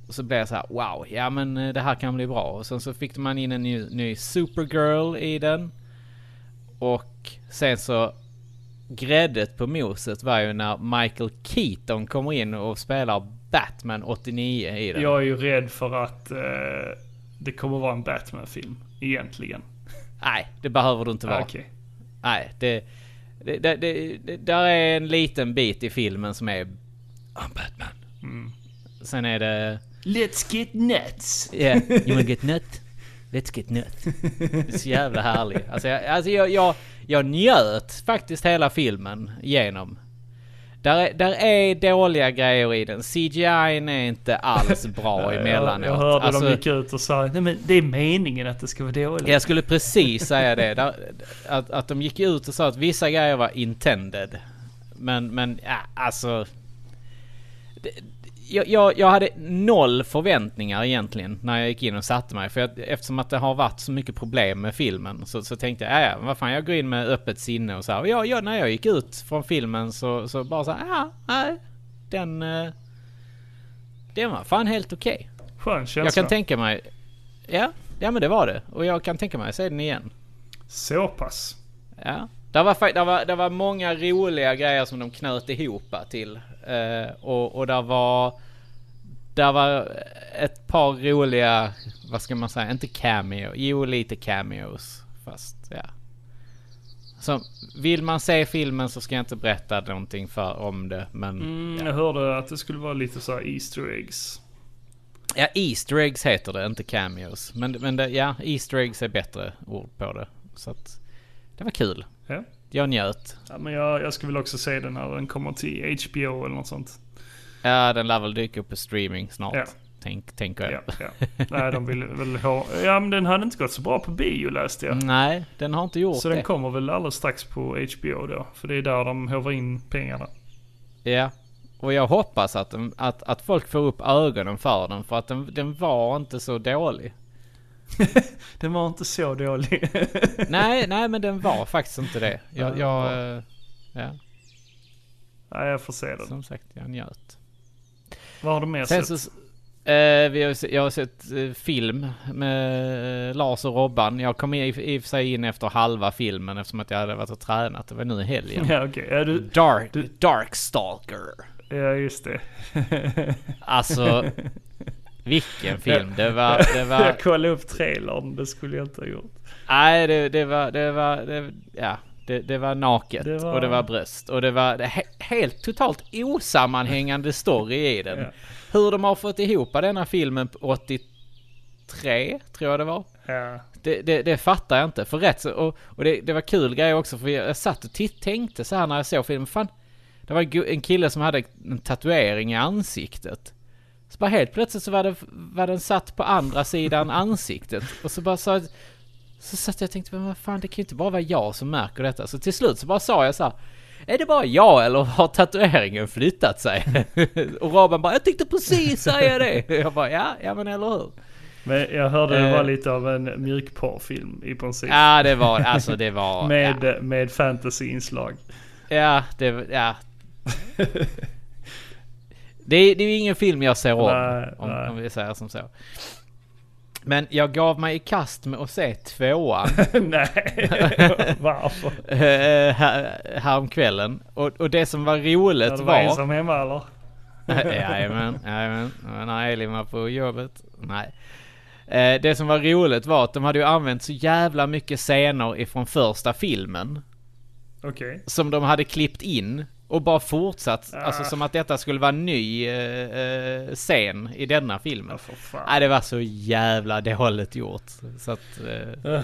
[SPEAKER 2] Och så blev jag så här, wow, ja men eh, det här kan bli bra. Och sen så fick man in en ny, ny Supergirl i den. Och sen så gräddet på moset var ju när Michael Keaton kommer in och spelar Batman 89 i den.
[SPEAKER 1] Jag är ju rädd för att eh, det kommer vara en Batman-film, egentligen.
[SPEAKER 2] Nej, det behöver du inte vara.
[SPEAKER 1] Okej.
[SPEAKER 2] Nej, det, det, det, det, det... Där är en liten bit i filmen som är... I'm Batman.
[SPEAKER 1] Mm.
[SPEAKER 2] Sen är det...
[SPEAKER 1] Let's get nuts!
[SPEAKER 2] Yeah, you wanna get nut? Let's get nut. Det är så jävla härlig. Alltså, jag, alltså jag, jag, jag njöt faktiskt hela filmen igenom. Där, är- där är dåliga grejer i den. CGI n är inte alls bra emellanåt.
[SPEAKER 1] Jag, jag hörde
[SPEAKER 2] Alltså,
[SPEAKER 1] dem gick ut och sa nej men det är meningen att det ska vara dåligt.
[SPEAKER 2] jag skulle precis säga det. Där, att, att de gick ut och sa att vissa grejer var intended. Men, men ja, alltså... Det, jag, jag, jag hade noll förväntningar egentligen när jag gick in och satte mig. För jag, eftersom att det har varit så mycket problem med filmen så, så tänkte jag, ja, ja, vad fan, jag går in med öppet sinne och så här. Ja, ja, när jag gick ut från filmen så, så bara så här, ja, nej, den... eh, Den var fan helt okej.
[SPEAKER 1] Skön känsla.
[SPEAKER 2] Jag kan tänka mig... Ja, ja men det var det. Och jag kan tänka mig att se den igen.
[SPEAKER 1] Så pass.
[SPEAKER 2] Ja. Det var, fak- det var, det var många roliga grejer som de knöt ihop till. Eh, och och där var... Där var ett par roliga, vad ska man säga, inte cameo, jo lite cameos. Fast ja. Så vill man se filmen så ska jag inte berätta någonting för, om det. Men
[SPEAKER 1] Mm, jag hörde att det skulle vara lite så här Easter eggs.
[SPEAKER 2] Ja, Easter eggs heter det, inte cameos. Men, men det, ja, Easter eggs är bättre ord på det. Så att det var kul.
[SPEAKER 1] Ja.
[SPEAKER 2] Jag njöt.
[SPEAKER 1] Ja, men jag, jag skulle väl också se den när den kommer till HBO eller något sånt.
[SPEAKER 2] Ja, den lär väl dyka upp på streaming snart.
[SPEAKER 1] Ja.
[SPEAKER 2] Tänk, tänker jag.
[SPEAKER 1] Ja, ja. Nej, de vill väl ha... Ja, men den hade inte gått så bra på bio läste jag.
[SPEAKER 2] Nej, den har inte gjort
[SPEAKER 1] Så
[SPEAKER 2] Mm, det.
[SPEAKER 1] den kommer väl alldeles strax på HBO då. För det är där de hovar in pengarna.
[SPEAKER 2] Ja. Och jag hoppas att, den- att, att folk får upp ögonen för den. För att den, den var inte så dålig.
[SPEAKER 1] Den var inte så dålig.
[SPEAKER 2] nej, nej men den var faktiskt inte det. Jag, jag, eh, ja,
[SPEAKER 1] Nej, jag får se den.
[SPEAKER 2] som sagt, jag njöt.
[SPEAKER 1] Vad har du mer
[SPEAKER 2] Sen
[SPEAKER 1] sett?
[SPEAKER 2] så, eh, vi har, ju se- jag har sett eh, film med eh, Lars och Robban. Jag kom i, i och för sig in efter halva filmen eftersom att jag hade varit och tränat. Det var nu i helgen.
[SPEAKER 1] Ja, okej. Ja, du...
[SPEAKER 2] Dark, Darkstalker.
[SPEAKER 1] Ja, just det.
[SPEAKER 2] Alltså, vilken film. Det var... Det var
[SPEAKER 1] Jag kollade upp trailern. Det skulle jag inte ha gjort.
[SPEAKER 2] nej, det, det var... Det var det, ja. Det, det var naket
[SPEAKER 1] Det var-
[SPEAKER 2] och det var bröst och det var det he, helt totalt osammanhängande story i den.
[SPEAKER 1] Ja.
[SPEAKER 2] Hur de har fått ihop denna filmen på 83, tror jag det var.
[SPEAKER 1] Ja.
[SPEAKER 2] Det, det, det fattar jag inte. För rätt så, och, och det, det var kul grejer också för jag, jag satt och titt, tänkte så här när jag såg filmen. Fan, det var en gu- en kille som hade en tatuering i ansiktet. Så bara helt plötsligt så var, det, var den satt på andra sidan ansiktet. Och så bara sa så satt jag och tänkte, men vad fan det kan ju inte bara vara jag som märker detta. Så till slut så bara sa jag så här. Är det bara jag eller har tatueringen flyttat sig? och Robin bara, jag tänkte precis säga det. Jag bara, ja, ja men eller hur?
[SPEAKER 1] Men jag hörde det var
[SPEAKER 2] Eh.
[SPEAKER 1] lite av en mjukporrfilm i princip.
[SPEAKER 2] Ja, det var, alltså det var... ja.
[SPEAKER 1] Med, med fantasy-inslag.
[SPEAKER 2] Ja, det... Ja. det, är, det är ju ingen film jag ser om,
[SPEAKER 1] Nej,
[SPEAKER 2] om,
[SPEAKER 1] nej.
[SPEAKER 2] om vi säger som så. Men jag gav mig i kast med att se tvåan
[SPEAKER 1] Nej, varför?
[SPEAKER 2] eh, här, häromkvällen. Och, och det som var roligt
[SPEAKER 1] När du var
[SPEAKER 2] var...
[SPEAKER 1] ensam hemma eller?
[SPEAKER 2] Jajamän, jajamän. Det var När Elin var på jobbet. Nej. Eh, Det som var roligt var att de hade ju använt så jävla mycket scener ifrån första filmen.
[SPEAKER 1] Okej.
[SPEAKER 2] som de hade klippt in och bara fortsatt,
[SPEAKER 1] Ah.
[SPEAKER 2] alltså som att detta skulle vara en ny eh, eh, scen i denna filmen.
[SPEAKER 1] Ja, för fan.
[SPEAKER 2] Nej, det var så jävla dåligt gjort. Så att, eh,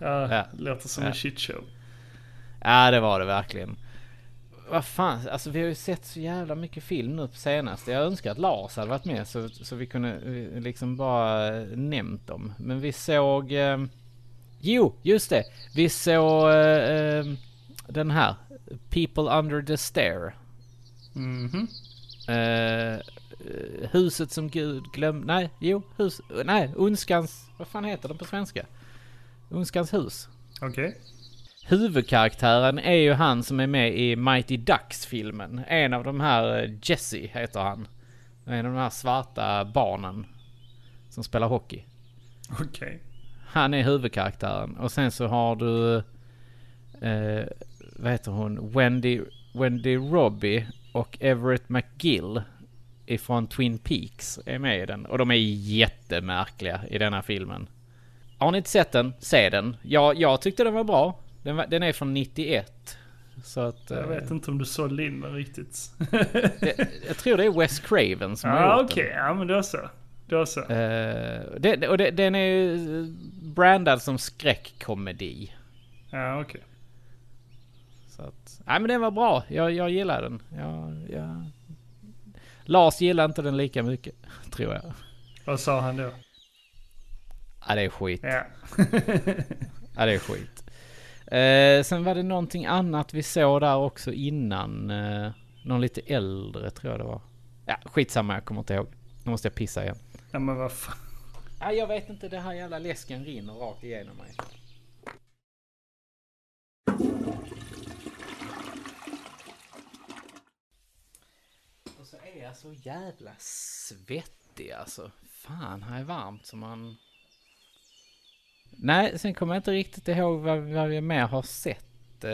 [SPEAKER 1] Ja,
[SPEAKER 2] Ja.
[SPEAKER 1] Låter som en shitshow.
[SPEAKER 2] ja det var det verkligen. Vad fan, alltså vi har ju sett så jävla mycket film nu på senaste. Jag önskar att Lars hade varit med så, så vi kunde eh, liksom bara eh, nämnt dem. Men vi såg... Eh, jo, just det! Vi såg eh, eh, den här. People Under the Stair.
[SPEAKER 1] Mhm.
[SPEAKER 2] Eh, huset som Gud glömde... Nej, jo, hus... Nej, Ondskans... Vad fan heter den på svenska? Ondskans hus.
[SPEAKER 1] Okej.
[SPEAKER 2] Huvudkaraktären är ju han som är med i Mighty Ducks-filmen. En av de här, eh, Jesse heter han. En av de här svarta barnen. Som spelar hockey.
[SPEAKER 1] Okej.
[SPEAKER 2] Han är huvudkaraktären. Och sen så har du... Eh, vad heter hon? Wendy, Wendy Robbie och Everett McGill ifrån Twin Peaks är med i den. Och de är jättemärkliga i denna filmen. Har ni inte sett den, se den. Jag, jag tyckte den var bra. Den, var, den är från 91. Så att...
[SPEAKER 1] Jag
[SPEAKER 2] eh,
[SPEAKER 1] vet inte om du sålde in den riktigt.
[SPEAKER 2] det, jag tror det är Wes Craven som har
[SPEAKER 1] ah,
[SPEAKER 2] gjort
[SPEAKER 1] okej. Ja, men då så. Då så.
[SPEAKER 2] den. Eh, det, och det, den är ju brandad som skräckkomedi.
[SPEAKER 1] Ja, okej.
[SPEAKER 2] Så att, nej men den var bra. Jag, jag gillar den. Jag, jag... Lars gillar inte den lika mycket, tror jag.
[SPEAKER 1] Vad sa han då?
[SPEAKER 2] Ja, det är skit.
[SPEAKER 1] Ja.
[SPEAKER 2] Ja, det är skit. Eh, sen var det någonting annat vi såg där också innan. Eh, någon lite äldre tror jag det var. Ja, skitsamma, jag kommer inte ihåg. Nu måste jag pissa igen.
[SPEAKER 1] ja, men vad fan.
[SPEAKER 2] Ja, jag vet inte, det här jävla läsken rinner rakt igenom mig. Och så är jag så jävla svettig alltså. Fan, här är varmt som man... Nej, sen kommer jag inte riktigt ihåg vad, vad vi mer har sett. Eh,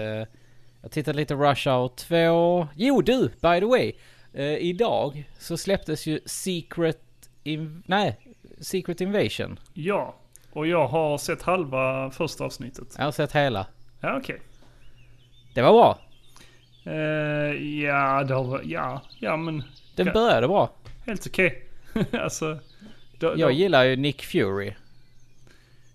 [SPEAKER 2] jag tittade lite Rush Hour 2. Jo du, by the way. Eh, idag så släpptes ju Secret... Inv- nej, Secret Invasion.
[SPEAKER 1] Ja, och jag har sett halva första avsnittet.
[SPEAKER 2] Jag har sett hela.
[SPEAKER 1] Ja, okej.
[SPEAKER 2] Det var bra.
[SPEAKER 1] Eh, ja, det har varit- Ja, ja, men
[SPEAKER 2] Den
[SPEAKER 1] Ja.
[SPEAKER 2] började bra.
[SPEAKER 1] helt okej. alltså... Då,
[SPEAKER 2] Jag
[SPEAKER 1] då,
[SPEAKER 2] gillar ju Nick Fury.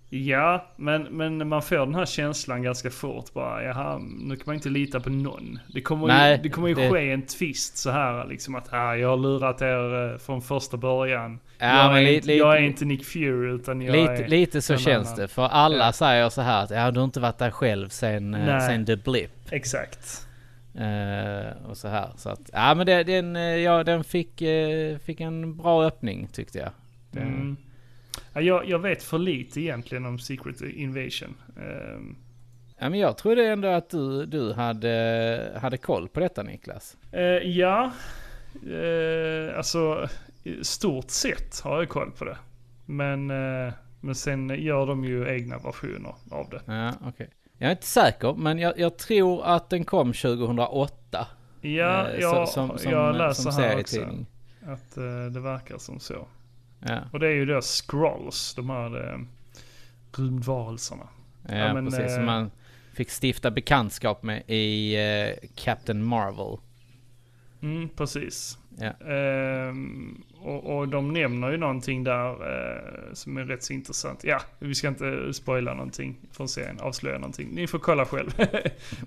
[SPEAKER 1] ja, men, men man får den här känslan ganska fort bara. Jaha, nu kan man inte lita på någon. Det kommer
[SPEAKER 2] Nej,
[SPEAKER 1] ju, det kommer ju
[SPEAKER 2] det-
[SPEAKER 1] ske en twist så här liksom att ah, jag har lurat er eh, från första början.
[SPEAKER 2] Ja,
[SPEAKER 1] jag,
[SPEAKER 2] men
[SPEAKER 1] är
[SPEAKER 2] li-
[SPEAKER 1] inte,
[SPEAKER 2] li-
[SPEAKER 1] jag är inte Nick Fury utan jag
[SPEAKER 2] Lite,
[SPEAKER 1] är...
[SPEAKER 2] lite så
[SPEAKER 1] någon
[SPEAKER 2] känns
[SPEAKER 1] annan.
[SPEAKER 2] det. För alla säger så här att ja, du har inte varit där själv sen, eh,
[SPEAKER 1] Nej.
[SPEAKER 2] sen The Blip.
[SPEAKER 1] Exakt.
[SPEAKER 2] Eh, och så här. Så att, ja men det, den, eh, ja, den fick, eh, fick en bra öppning tyckte jag. Det-
[SPEAKER 1] Mm. Ja, jag, jag vet för lite egentligen om Secret Invasion. Ehm,
[SPEAKER 2] Ja men jag trodde ändå att du, du hade, hade koll på detta Niklas.
[SPEAKER 1] eh, ja, eh, alltså i stort sett har jag koll på det. Men, eh, men sen gör de ju egna versioner av det.
[SPEAKER 2] Ja okej. Jag är inte säker men jag, jag tror att den kom 2008.
[SPEAKER 1] Ja,
[SPEAKER 2] eh,
[SPEAKER 1] jag, jag läser
[SPEAKER 2] eh,
[SPEAKER 1] här också
[SPEAKER 2] serietidning.
[SPEAKER 1] att eh, det verkar som så.
[SPEAKER 2] Ja,
[SPEAKER 1] Och det är ju då scrolls, de här eh, rymdvarelserna.
[SPEAKER 2] ja,
[SPEAKER 1] Ja, men,
[SPEAKER 2] precis. Som
[SPEAKER 1] eh,
[SPEAKER 2] man fick stifta bekantskap med i eh, Captain Marvel.
[SPEAKER 1] Mm, precis.
[SPEAKER 2] Ja.
[SPEAKER 1] Ehm, och, och de nämner ju någonting där eh, som är rätt så intressant. Ja, vi ska inte spoila någonting från serien, avslöja någonting. Ni får kolla själv.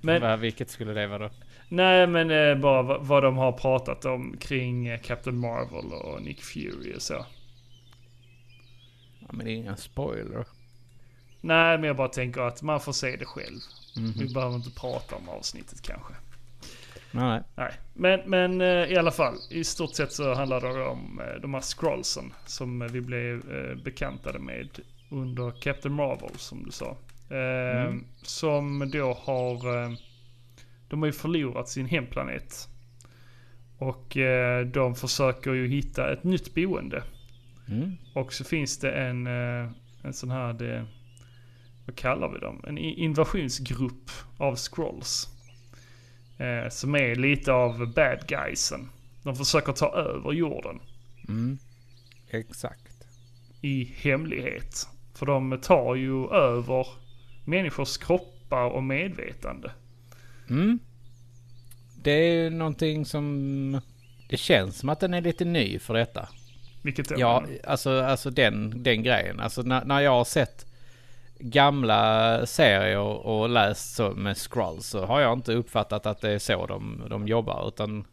[SPEAKER 1] men
[SPEAKER 2] Va, vilket skulle det vara då?
[SPEAKER 1] nej, men eh, bara vad, vad de har pratat om kring eh, Captain Marvel och Nick Fury och så.
[SPEAKER 2] Ja, men det är ingen spoiler.
[SPEAKER 1] Nej, men jag bara tänker att man får se det själv.
[SPEAKER 2] Mhm. Mm.
[SPEAKER 1] Vi behöver inte prata om avsnittet kanske.
[SPEAKER 2] Nej.
[SPEAKER 1] Nej, men, men eh, i alla fall. I stort sett så handlar det om eh, de här scrollsen som eh, vi blev eh, bekantade med under Captain Marvel som du sa. Eh, Som då har... Eh, de har ju förlorat sin hemplanet. Och eh, de försöker ju hitta ett nytt boende.
[SPEAKER 2] Mm.
[SPEAKER 1] Och så finns det en, eh, en sån här... Det, vad kallar vi dem? En i- invasionsgrupp av scrolls. Eh, som är lite av bad guysen. De försöker ta över jorden
[SPEAKER 2] Mm. Exakt.
[SPEAKER 1] i hemlighet. För de tar ju över människors kroppar och medvetande.
[SPEAKER 2] Mm. Det är ju någonting som... Det känns som att den är lite ny för detta.
[SPEAKER 1] Vilket är
[SPEAKER 2] Ja, alltså, alltså den, den grejen. Alltså när, när jag har sett gamla serier och läst så med scrolls så har jag inte uppfattat att det är så de, de jobbar utan...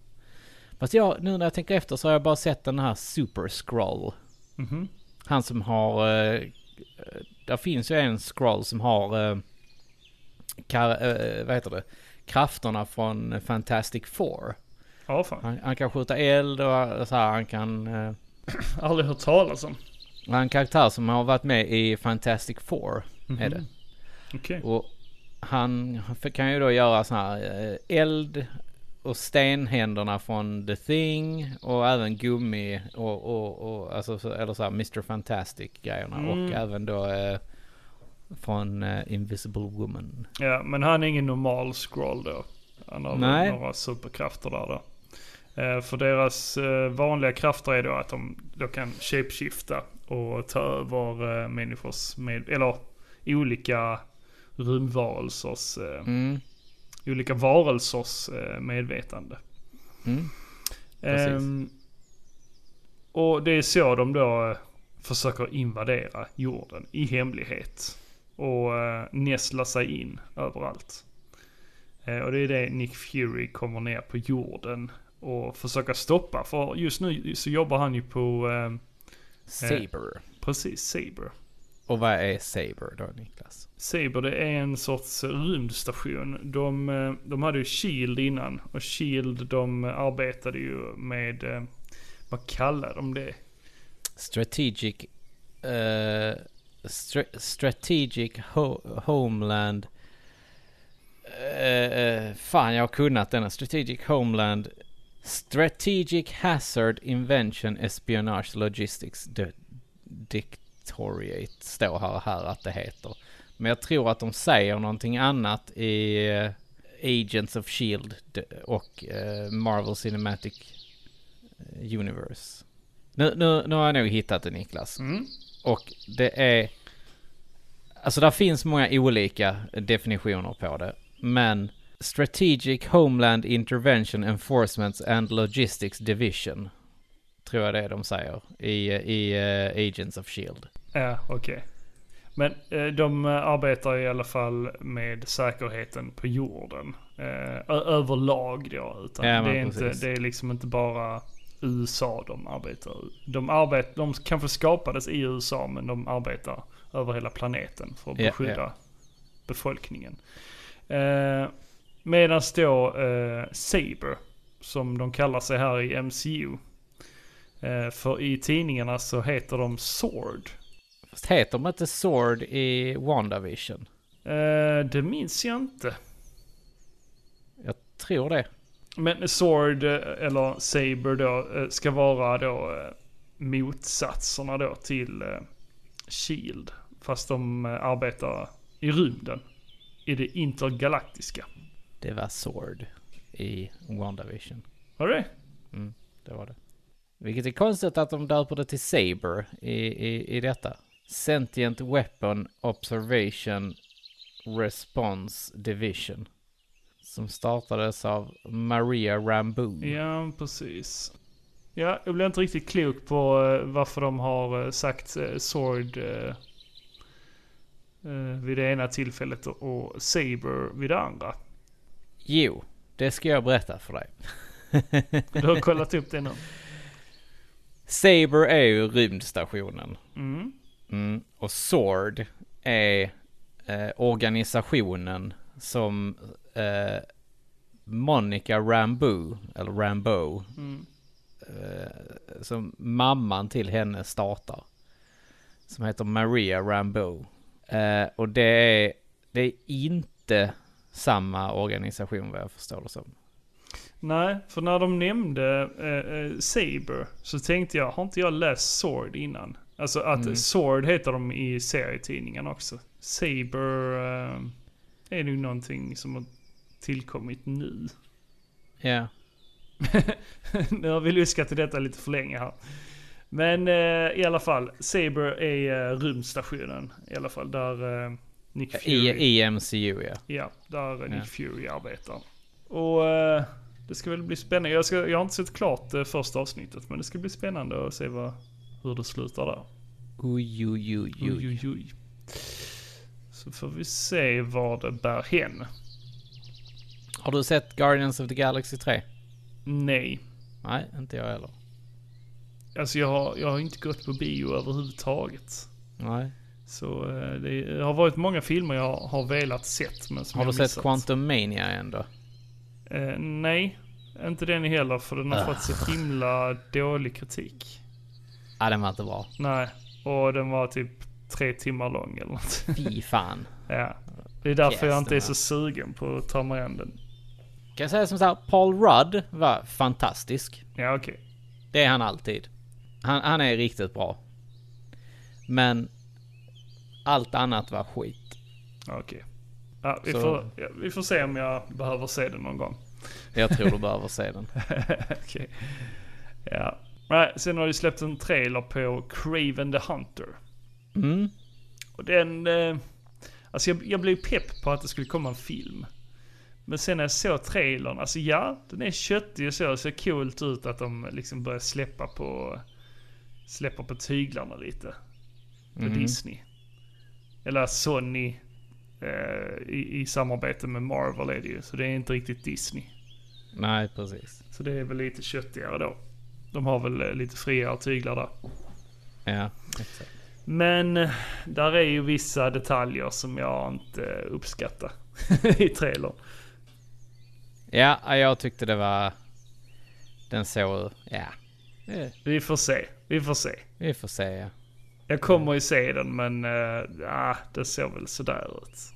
[SPEAKER 2] Fast jag, nu när jag tänker efter så har jag bara sett den här super scroll.
[SPEAKER 1] Mhm.
[SPEAKER 2] Han som har... Eh, där finns ju en scroll som har... Eh, kar, eh, vad heter det? Krafterna från Fantastic Four.
[SPEAKER 1] ja fan.
[SPEAKER 2] Han, han kan skjuta eld och så här, han kan... Eh,
[SPEAKER 1] Aldrig hört talas om.
[SPEAKER 2] det var en karaktär som har varit med i Fantastic Four. Är det.
[SPEAKER 1] Okej.
[SPEAKER 2] Och han f- kan ju då göra så här eh, eld och stenhänderna från The Thing och även gummi och, och, och alltså, så- eller så här Mr Fantastic grejerna och
[SPEAKER 1] Mm.
[SPEAKER 2] även då eh, från eh, Invisible Woman.
[SPEAKER 1] Ja, men han är ingen normal scroll då. Han har väl
[SPEAKER 2] Nej.
[SPEAKER 1] några superkrafter där då. Eh, För deras eh, vanliga krafter är då att de då kan shapeshifta och ta över eh, människors, med, eller olika rymdvarelsers, eh,
[SPEAKER 2] Mm.
[SPEAKER 1] olika varelsers eh, medvetande.
[SPEAKER 2] Mm. Precis.
[SPEAKER 1] Ehm, och det är så de då eh, försöker invadera jorden i hemlighet. Och eh, näsla sig in överallt. Eh, och det är det Nick Fury kommer ner på jorden och försöker stoppa. För just nu så jobbar han ju på eh,
[SPEAKER 2] Saber.
[SPEAKER 1] precis Saber.
[SPEAKER 2] Och vad är Saber då Niklas?
[SPEAKER 1] Saber det är en sorts rymdstation. De, eh, de hade ju Shield innan och Shield E de arbetade ju med, eh, vad kallar de det?
[SPEAKER 2] Strategic... eh, stra- strategic ho- Homeland... Eh, eh, fan, jag har kunnat denna. Strategic Homeland... Strategic Hazard Invention Espionage Logistics D- Dictoriate står här, här att det heter. Men jag tror att de säger någonting annat i eh, Agents of Shield E d- och eh, Marvel Cinematic eh, Universe. Nu, nu, nu har jag nog hittat det Niklas.
[SPEAKER 1] Mm.
[SPEAKER 2] Och det är... Alltså där finns många olika definitioner på det. Men Strategic Homeland Intervention Enforcement and Logistics Division. Tror jag det är de säger. I, i eh, Agents of Shield.
[SPEAKER 1] Ja, okej. Men eh, de eh, arbetar i alla fall med säkerheten på jorden. Eh, ö- överlag då. Utan
[SPEAKER 2] Ja, men
[SPEAKER 1] det, är inte,
[SPEAKER 2] precis.
[SPEAKER 1] det är liksom inte bara USA de arbetar i. De, arbet, de kanske skapades i USA men de arbetar över hela planeten för att
[SPEAKER 2] Ja, ja.
[SPEAKER 1] beskydda befolkningen. Eh, Medan då eh, Saber, som de kallar sig här i MCU. Eh, för i tidningarna så heter de Sword.
[SPEAKER 2] Fast heter de inte Sword i WandaVision?
[SPEAKER 1] Eh, det minns jag inte.
[SPEAKER 2] Jag tror det.
[SPEAKER 1] Men Sword, eh, eller Saber då, eh, ska vara då eh, motsatserna då till eh, Shield. E Fast de eh, arbetar i rymden. I det intergalaktiska.
[SPEAKER 2] Det var Sword i WandaVision.
[SPEAKER 1] Var det
[SPEAKER 2] Det var det. Vilket är konstigt att de döper det till Saber i, i, i detta. Sentient Weapon Observation Response Division. Som startades av Maria Rambo.
[SPEAKER 1] Ja, precis. Ja, jag blir inte riktigt klok på eh, varför de har eh, sagt eh, Sword eh, eh, vid det ena tillfället och- och Saber vid det andra.
[SPEAKER 2] Jo, det ska jag berätta för dig.
[SPEAKER 1] Du har kollat upp det nu?
[SPEAKER 2] Saber är ju rymdstationen.
[SPEAKER 1] Mm.
[SPEAKER 2] Mm. Och Sword är eh, organisationen som eh, Monica Rambo, eller Rambo,
[SPEAKER 1] Mm.
[SPEAKER 2] eh, som mamman till henne startar. Som heter Maria Rambo. Eh, och det är, det är inte samma organisation vad jag förstår det som.
[SPEAKER 1] Nej, för när de nämnde eh, eh, Saber så tänkte jag, har inte jag läst Sword innan? Alltså att
[SPEAKER 2] Mm.
[SPEAKER 1] Sword heter de i serietidningen också. Saber eh, är nog någonting som har tillkommit nu.
[SPEAKER 2] Ja,
[SPEAKER 1] nu har vi luskat i detta lite för länge här. Men eh, i alla fall, Saber är eh, rymdstationen i alla fall där eh, Nick Fury...
[SPEAKER 2] i, i MCU ja.
[SPEAKER 1] Ja, där Nick
[SPEAKER 2] Ja.
[SPEAKER 1] Fury arbetar. Och eh, det ska väl bli spännande. Jag, ska, jag har inte sett klart det första avsnittet, men det ska bli spännande att se vad, hur det slutar där.
[SPEAKER 2] Oj, oj, oj,
[SPEAKER 1] Oj,
[SPEAKER 2] oj.
[SPEAKER 1] oj, oj. Så får vi se var det bär hen.
[SPEAKER 2] Har du sett Guardians of the Galaxy 3?
[SPEAKER 1] Nej,
[SPEAKER 2] Nej, inte jag heller.
[SPEAKER 1] alltså jag har, jag har inte gått på bio överhuvudtaget.
[SPEAKER 2] Nej.
[SPEAKER 1] Så eh, det har varit många filmer jag har velat sett men som
[SPEAKER 2] Har
[SPEAKER 1] jag
[SPEAKER 2] du sett
[SPEAKER 1] missat.
[SPEAKER 2] Quantum Mania ändå?
[SPEAKER 1] Eh, nej, inte den heller för den har fått så himla dålig kritik.
[SPEAKER 2] Ja, den var inte bra.
[SPEAKER 1] Nej, och den var typ tre timmar lång eller något.
[SPEAKER 2] Fy fan.
[SPEAKER 1] Ja. Det är därför jag
[SPEAKER 2] Pjäs
[SPEAKER 1] inte är
[SPEAKER 2] den
[SPEAKER 1] så sugen på att ta mig an den.
[SPEAKER 2] Kan jag säga som så här, Paul Rudd var fantastisk.
[SPEAKER 1] Ja, okej.
[SPEAKER 2] Det är han alltid. Han, han är riktigt bra. Men allt annat var skit.
[SPEAKER 1] Ja, okej. Ja, vi,
[SPEAKER 2] Så-
[SPEAKER 1] får, ja, vi får se om jag behöver se den någon gång.
[SPEAKER 2] Jag tror du behöver se den.
[SPEAKER 1] Okej. Ja. Nej, sen har de släppt en trailer på Craven the Hunter.
[SPEAKER 2] Mm.
[SPEAKER 1] Och den... Eh, alltså jag, jag blev pepp på att det skulle komma en film. Men sen när jag såg trailern, alltså ja, den är köttig och så. Det ser coolt ut att de liksom börjar släppa på... Släppa på tyglarna lite. På
[SPEAKER 2] Mhm.
[SPEAKER 1] Disney. Eller Sony. Eh, i, I samarbete med Marvel är det ju. Så det är inte riktigt Disney.
[SPEAKER 2] Nej, precis.
[SPEAKER 1] Så det är väl lite köttigare då. De har väl eh, lite friare tyglar där.
[SPEAKER 2] Ja, exakt.
[SPEAKER 1] Men eh, där är ju vissa detaljer som jag inte eh, uppskattar i trailern.
[SPEAKER 2] Ja, jag tyckte det var... Den såg... Ja. Eh,
[SPEAKER 1] Vi får se, vi får se.
[SPEAKER 2] Vi får se. Ja.
[SPEAKER 1] Jag kommer ju se den men eh, ah, det såg väl sådär ut.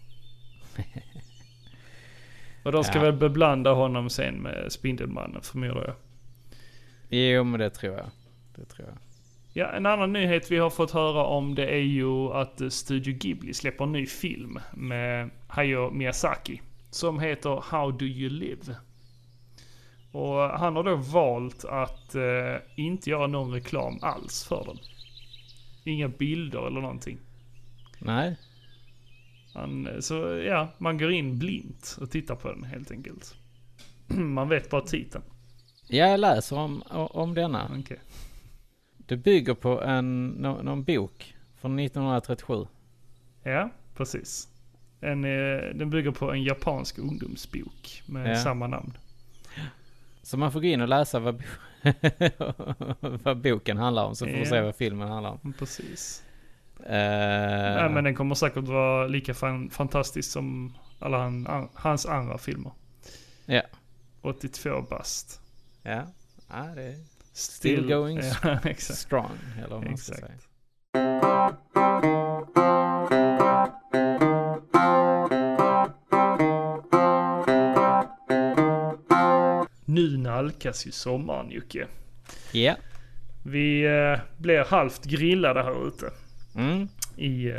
[SPEAKER 1] Och de ska
[SPEAKER 2] Ja.
[SPEAKER 1] väl beblanda honom sen med Spindelmannen förmodar jag.
[SPEAKER 2] Jo, men det tror jag. Det tror jag.
[SPEAKER 1] Ja, en annan nyhet vi har fått höra om det är ju att eh, Studio Ghibli släpper en ny film med Hayao Miyazaki. Som heter How Do You Live? Och han har då valt att eh, inte göra någon reklam alls för den. Inga bilder eller någonting.
[SPEAKER 2] Nej.
[SPEAKER 1] Han, eh, så ja, man går in blint och tittar på den helt enkelt. Man vet bara titeln.
[SPEAKER 2] Ja, jag läser om, o- om denna.
[SPEAKER 1] Okej.
[SPEAKER 2] Det bygger på en, nå- någon bok från 1937.
[SPEAKER 1] Ja, precis. En, eh, den bygger på en japansk ungdomsbok med
[SPEAKER 2] Ja.
[SPEAKER 1] samma namn.
[SPEAKER 2] Så man får gå in och läsa vad, bo- vad boken handlar om, så får man
[SPEAKER 1] Ja.
[SPEAKER 2] se vad filmen handlar om.
[SPEAKER 1] Mm, Precis.
[SPEAKER 2] Eh,
[SPEAKER 1] Nej, men den kommer säkert vara lika fan, fantastisk som alla han, an, hans andra filmer.
[SPEAKER 2] Ja.
[SPEAKER 1] 82 bast.
[SPEAKER 2] Ja, ja det är
[SPEAKER 1] Still,
[SPEAKER 2] going
[SPEAKER 1] Ja, exakt.
[SPEAKER 2] strong, eller vad man ska
[SPEAKER 1] Exakt.
[SPEAKER 2] säga.
[SPEAKER 1] Nu nalkas ju sommaren Jocke.
[SPEAKER 2] Ja.
[SPEAKER 1] Vi eh, blir halvt grillade här ute.
[SPEAKER 2] Mm.
[SPEAKER 1] i eh,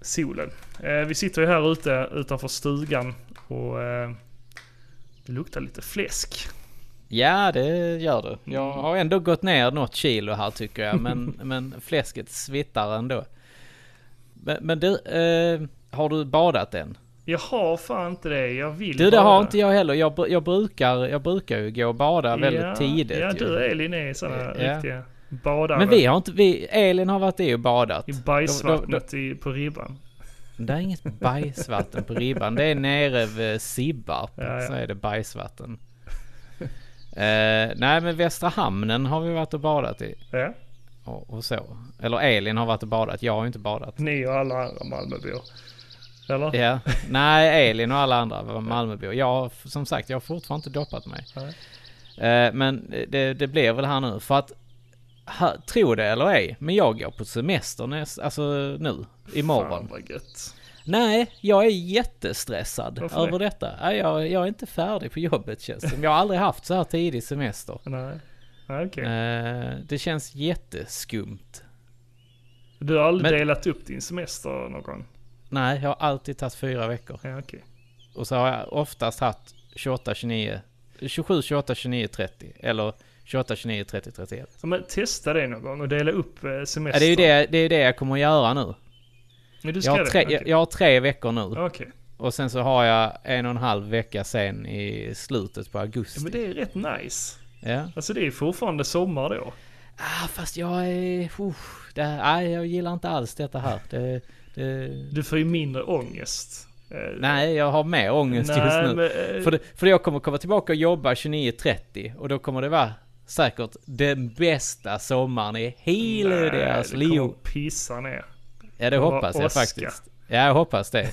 [SPEAKER 1] solen. Eh, vi sitter ju här ute utanför stugan och eh, det luktar lite fläsk.
[SPEAKER 2] Ja, det gör du. Jag
[SPEAKER 1] Mm.
[SPEAKER 2] har ändå gått ner något kilo här tycker jag, men, men fläsket svittar ändå. Men, men du, eh, har du badat än?
[SPEAKER 1] Jag har fan inte det, jag vill
[SPEAKER 2] Du, det
[SPEAKER 1] bara
[SPEAKER 2] har inte jag heller. Jag, br- jag, brukar, jag brukar ju gå och bada
[SPEAKER 1] ja,
[SPEAKER 2] väldigt tidigt.
[SPEAKER 1] Ja,
[SPEAKER 2] ju.
[SPEAKER 1] du är Linné sådana
[SPEAKER 2] Ja.
[SPEAKER 1] riktiga badare.
[SPEAKER 2] Men vi har inte, vi, Elin har varit i och badat.
[SPEAKER 1] I
[SPEAKER 2] Då- då-
[SPEAKER 1] bajsvattnet i, på ribban.
[SPEAKER 2] då- Det är inget bajsvatten på ribban. Det är nere vid Sibbarp.
[SPEAKER 1] Ja, ja.
[SPEAKER 2] Så är det bajsvatten. Eh, nej, men Västra Hamnen har vi varit och badat i.
[SPEAKER 1] Ja,
[SPEAKER 2] och, och så. Eller Elin har varit och badat, jag har ju inte badat.
[SPEAKER 1] ni och alla andra Malmöbor. Eller?
[SPEAKER 2] Ja, nej Elin och alla andra var Malmöbor. Jag, som sagt, jag har fortfarande inte doppat mig.
[SPEAKER 1] Nej.
[SPEAKER 2] Eh, Men det, det blir väl här nu, för att ha, tro det eller ej, men jag går på semester näst, alltså nu,
[SPEAKER 1] Fan
[SPEAKER 2] imorgon.
[SPEAKER 1] vad gött.
[SPEAKER 2] Nej, jag är jättestressad
[SPEAKER 1] Varför det?
[SPEAKER 2] över detta. Nej, jag, jag är inte färdig på jobbet känns det som. Jag har aldrig haft så här tidig semester.
[SPEAKER 1] Nej. Nej, okej.
[SPEAKER 2] Eh, Det känns jätteskumt.
[SPEAKER 1] Du har aldrig
[SPEAKER 2] men-
[SPEAKER 1] delat upp din semester någon gång?
[SPEAKER 2] Nej, jag har alltid tagit fyra veckor.
[SPEAKER 1] Ja, okej.
[SPEAKER 2] Och så har jag oftast haft 28, 29, 27, 28, 29, 30. Eller 28, 29, 30, 31.
[SPEAKER 1] Ja, men testa det någon gång och dela upp eh, semestern.
[SPEAKER 2] Ja, det är ju det, det, är det jag kommer att göra nu.
[SPEAKER 1] Men du ska
[SPEAKER 2] Jag har,
[SPEAKER 1] det?
[SPEAKER 2] tre,
[SPEAKER 1] Okej.
[SPEAKER 2] jag, jag har tre veckor nu.
[SPEAKER 1] Okej,
[SPEAKER 2] Och sen så har jag en och en halv vecka sen i slutet på
[SPEAKER 1] ja, men
[SPEAKER 2] augusti.
[SPEAKER 1] det är rätt nice.
[SPEAKER 2] Ja.
[SPEAKER 1] Alltså det är fortfarande sommar då.
[SPEAKER 2] Ah, fast jag är... Uh, det, nej, jag gillar inte alls detta här. Det, det,
[SPEAKER 1] Du får ju mindre ångest. Eh,
[SPEAKER 2] nej, jag har mer ångest
[SPEAKER 1] nej,
[SPEAKER 2] just nu.
[SPEAKER 1] men, eh,
[SPEAKER 2] För, det, för jag kommer komma tillbaka och jobba 29.30 och då kommer det vara säkert den bästa sommaren i hela
[SPEAKER 1] nej,
[SPEAKER 2] deras
[SPEAKER 1] det kommer
[SPEAKER 2] liv.
[SPEAKER 1] pissa ner.
[SPEAKER 2] Ja det
[SPEAKER 1] kommer
[SPEAKER 2] hoppas
[SPEAKER 1] vara
[SPEAKER 2] jag
[SPEAKER 1] åska.
[SPEAKER 2] faktiskt. Ja jag hoppas det.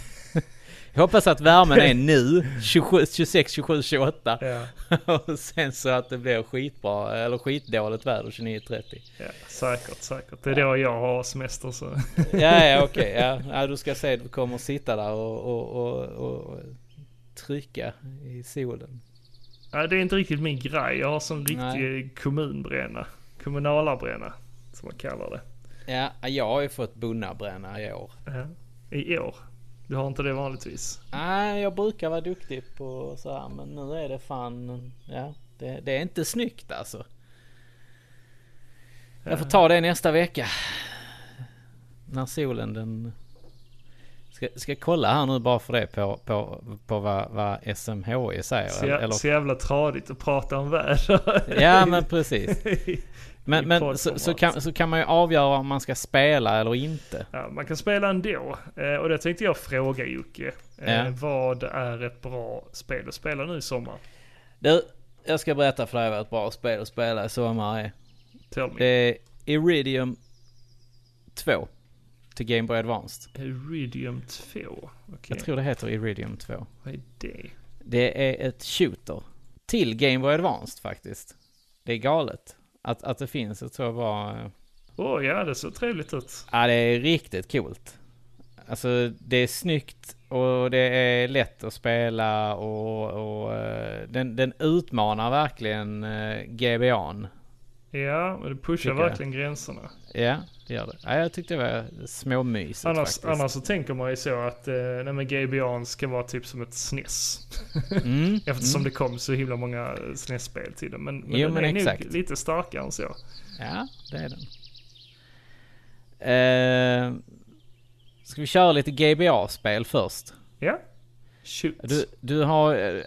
[SPEAKER 2] Jag hoppas att värmen är nu, 27, 26, 27, 28.
[SPEAKER 1] Ja,
[SPEAKER 2] Och sen så att det blir skitbra, eller skitdåligt väder 29.30.
[SPEAKER 1] ja, säkert, säkert. Det är då jag har semester så.
[SPEAKER 2] Ja, ja okej. Ja. ja, du ska se, du kommer sitta där och, och, och, och trycka i solen.
[SPEAKER 1] Nej, det är inte riktigt min grej. Jag har sån riktig kommunbränna. Kommunalarbränna, som man kallar det.
[SPEAKER 2] Ja, jag har ju fått bonnabränna i år.
[SPEAKER 1] Ja. I år. Du har inte det vanligtvis.
[SPEAKER 2] Nej, jag brukar vara duktig på så här, men nu är det fan... Ja, det, det är inte snyggt alltså. Jag får ta det nästa vecka. När solen den... Ska, ska kolla här nu bara för det på, på, på vad, vad SMHI E säger.
[SPEAKER 1] Så, jä- så jävla tradigt att prata om väder.
[SPEAKER 2] ja men precis. Men,
[SPEAKER 1] I
[SPEAKER 2] men så,
[SPEAKER 1] poddformat.
[SPEAKER 2] så, kan, så kan man ju avgöra om man ska spela eller inte.
[SPEAKER 1] Ja, man kan spela ändå. Eh, och det tänkte jag fråga Jocke. Eh,
[SPEAKER 2] Ja.
[SPEAKER 1] Vad är ett bra spel att spela nu i sommar?
[SPEAKER 2] Du, jag ska berätta för dig vad ett bra spel att spela i sommar är.
[SPEAKER 1] Tell me.
[SPEAKER 2] Det är Iridium 2 till Game Boy Advanced.
[SPEAKER 1] Iridium 2. Okej,
[SPEAKER 2] Jag tror det heter Iridium 2.
[SPEAKER 1] vad är det?
[SPEAKER 2] Det är ett shooter till Game Boy Advanced faktiskt. Det är galet att, att det finns ett så bra... eh,
[SPEAKER 1] Åh ja, det ser trevligt ut.
[SPEAKER 2] Ja, det är riktigt coolt. Alltså, det är snyggt och det är lätt att spela och, och eh, den, den utmanar verkligen eh, GBAn.
[SPEAKER 1] Ja, men det
[SPEAKER 2] Tycker
[SPEAKER 1] pushar
[SPEAKER 2] jag.
[SPEAKER 1] verkligen gränserna.
[SPEAKER 2] Ja, det gör det. Ja, jag tyckte det var småmysigt
[SPEAKER 1] Annars,
[SPEAKER 2] faktiskt.
[SPEAKER 1] annars så tänker man ju så att eh, nej, men GBA'n ska vara typ som ett SNES.
[SPEAKER 2] Mm,
[SPEAKER 1] Eftersom
[SPEAKER 2] mm.
[SPEAKER 1] det kom så himla många eh, SNES-spel till den. Men, men
[SPEAKER 2] Jo,
[SPEAKER 1] den
[SPEAKER 2] men
[SPEAKER 1] är
[SPEAKER 2] exakt.
[SPEAKER 1] nog lite starkare än så.
[SPEAKER 2] Ja, det är den. Eh, ska vi köra lite GBA-spel först?
[SPEAKER 1] Ja. Shoot.
[SPEAKER 2] Du, du har eh,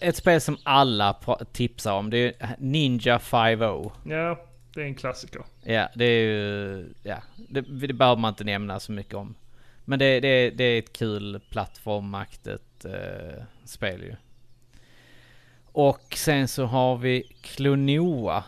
[SPEAKER 2] ett spel som alla pra- tipsar om. Det är Ninja oh. 5-0.
[SPEAKER 1] Ja, det är en klassiker.
[SPEAKER 2] Ja, det är ju... Ja, det, det behöver man inte nämna så mycket om. Men det, det, det är ett kul plattformaktigt eh, spel ju. Och sen så har vi Klonoa.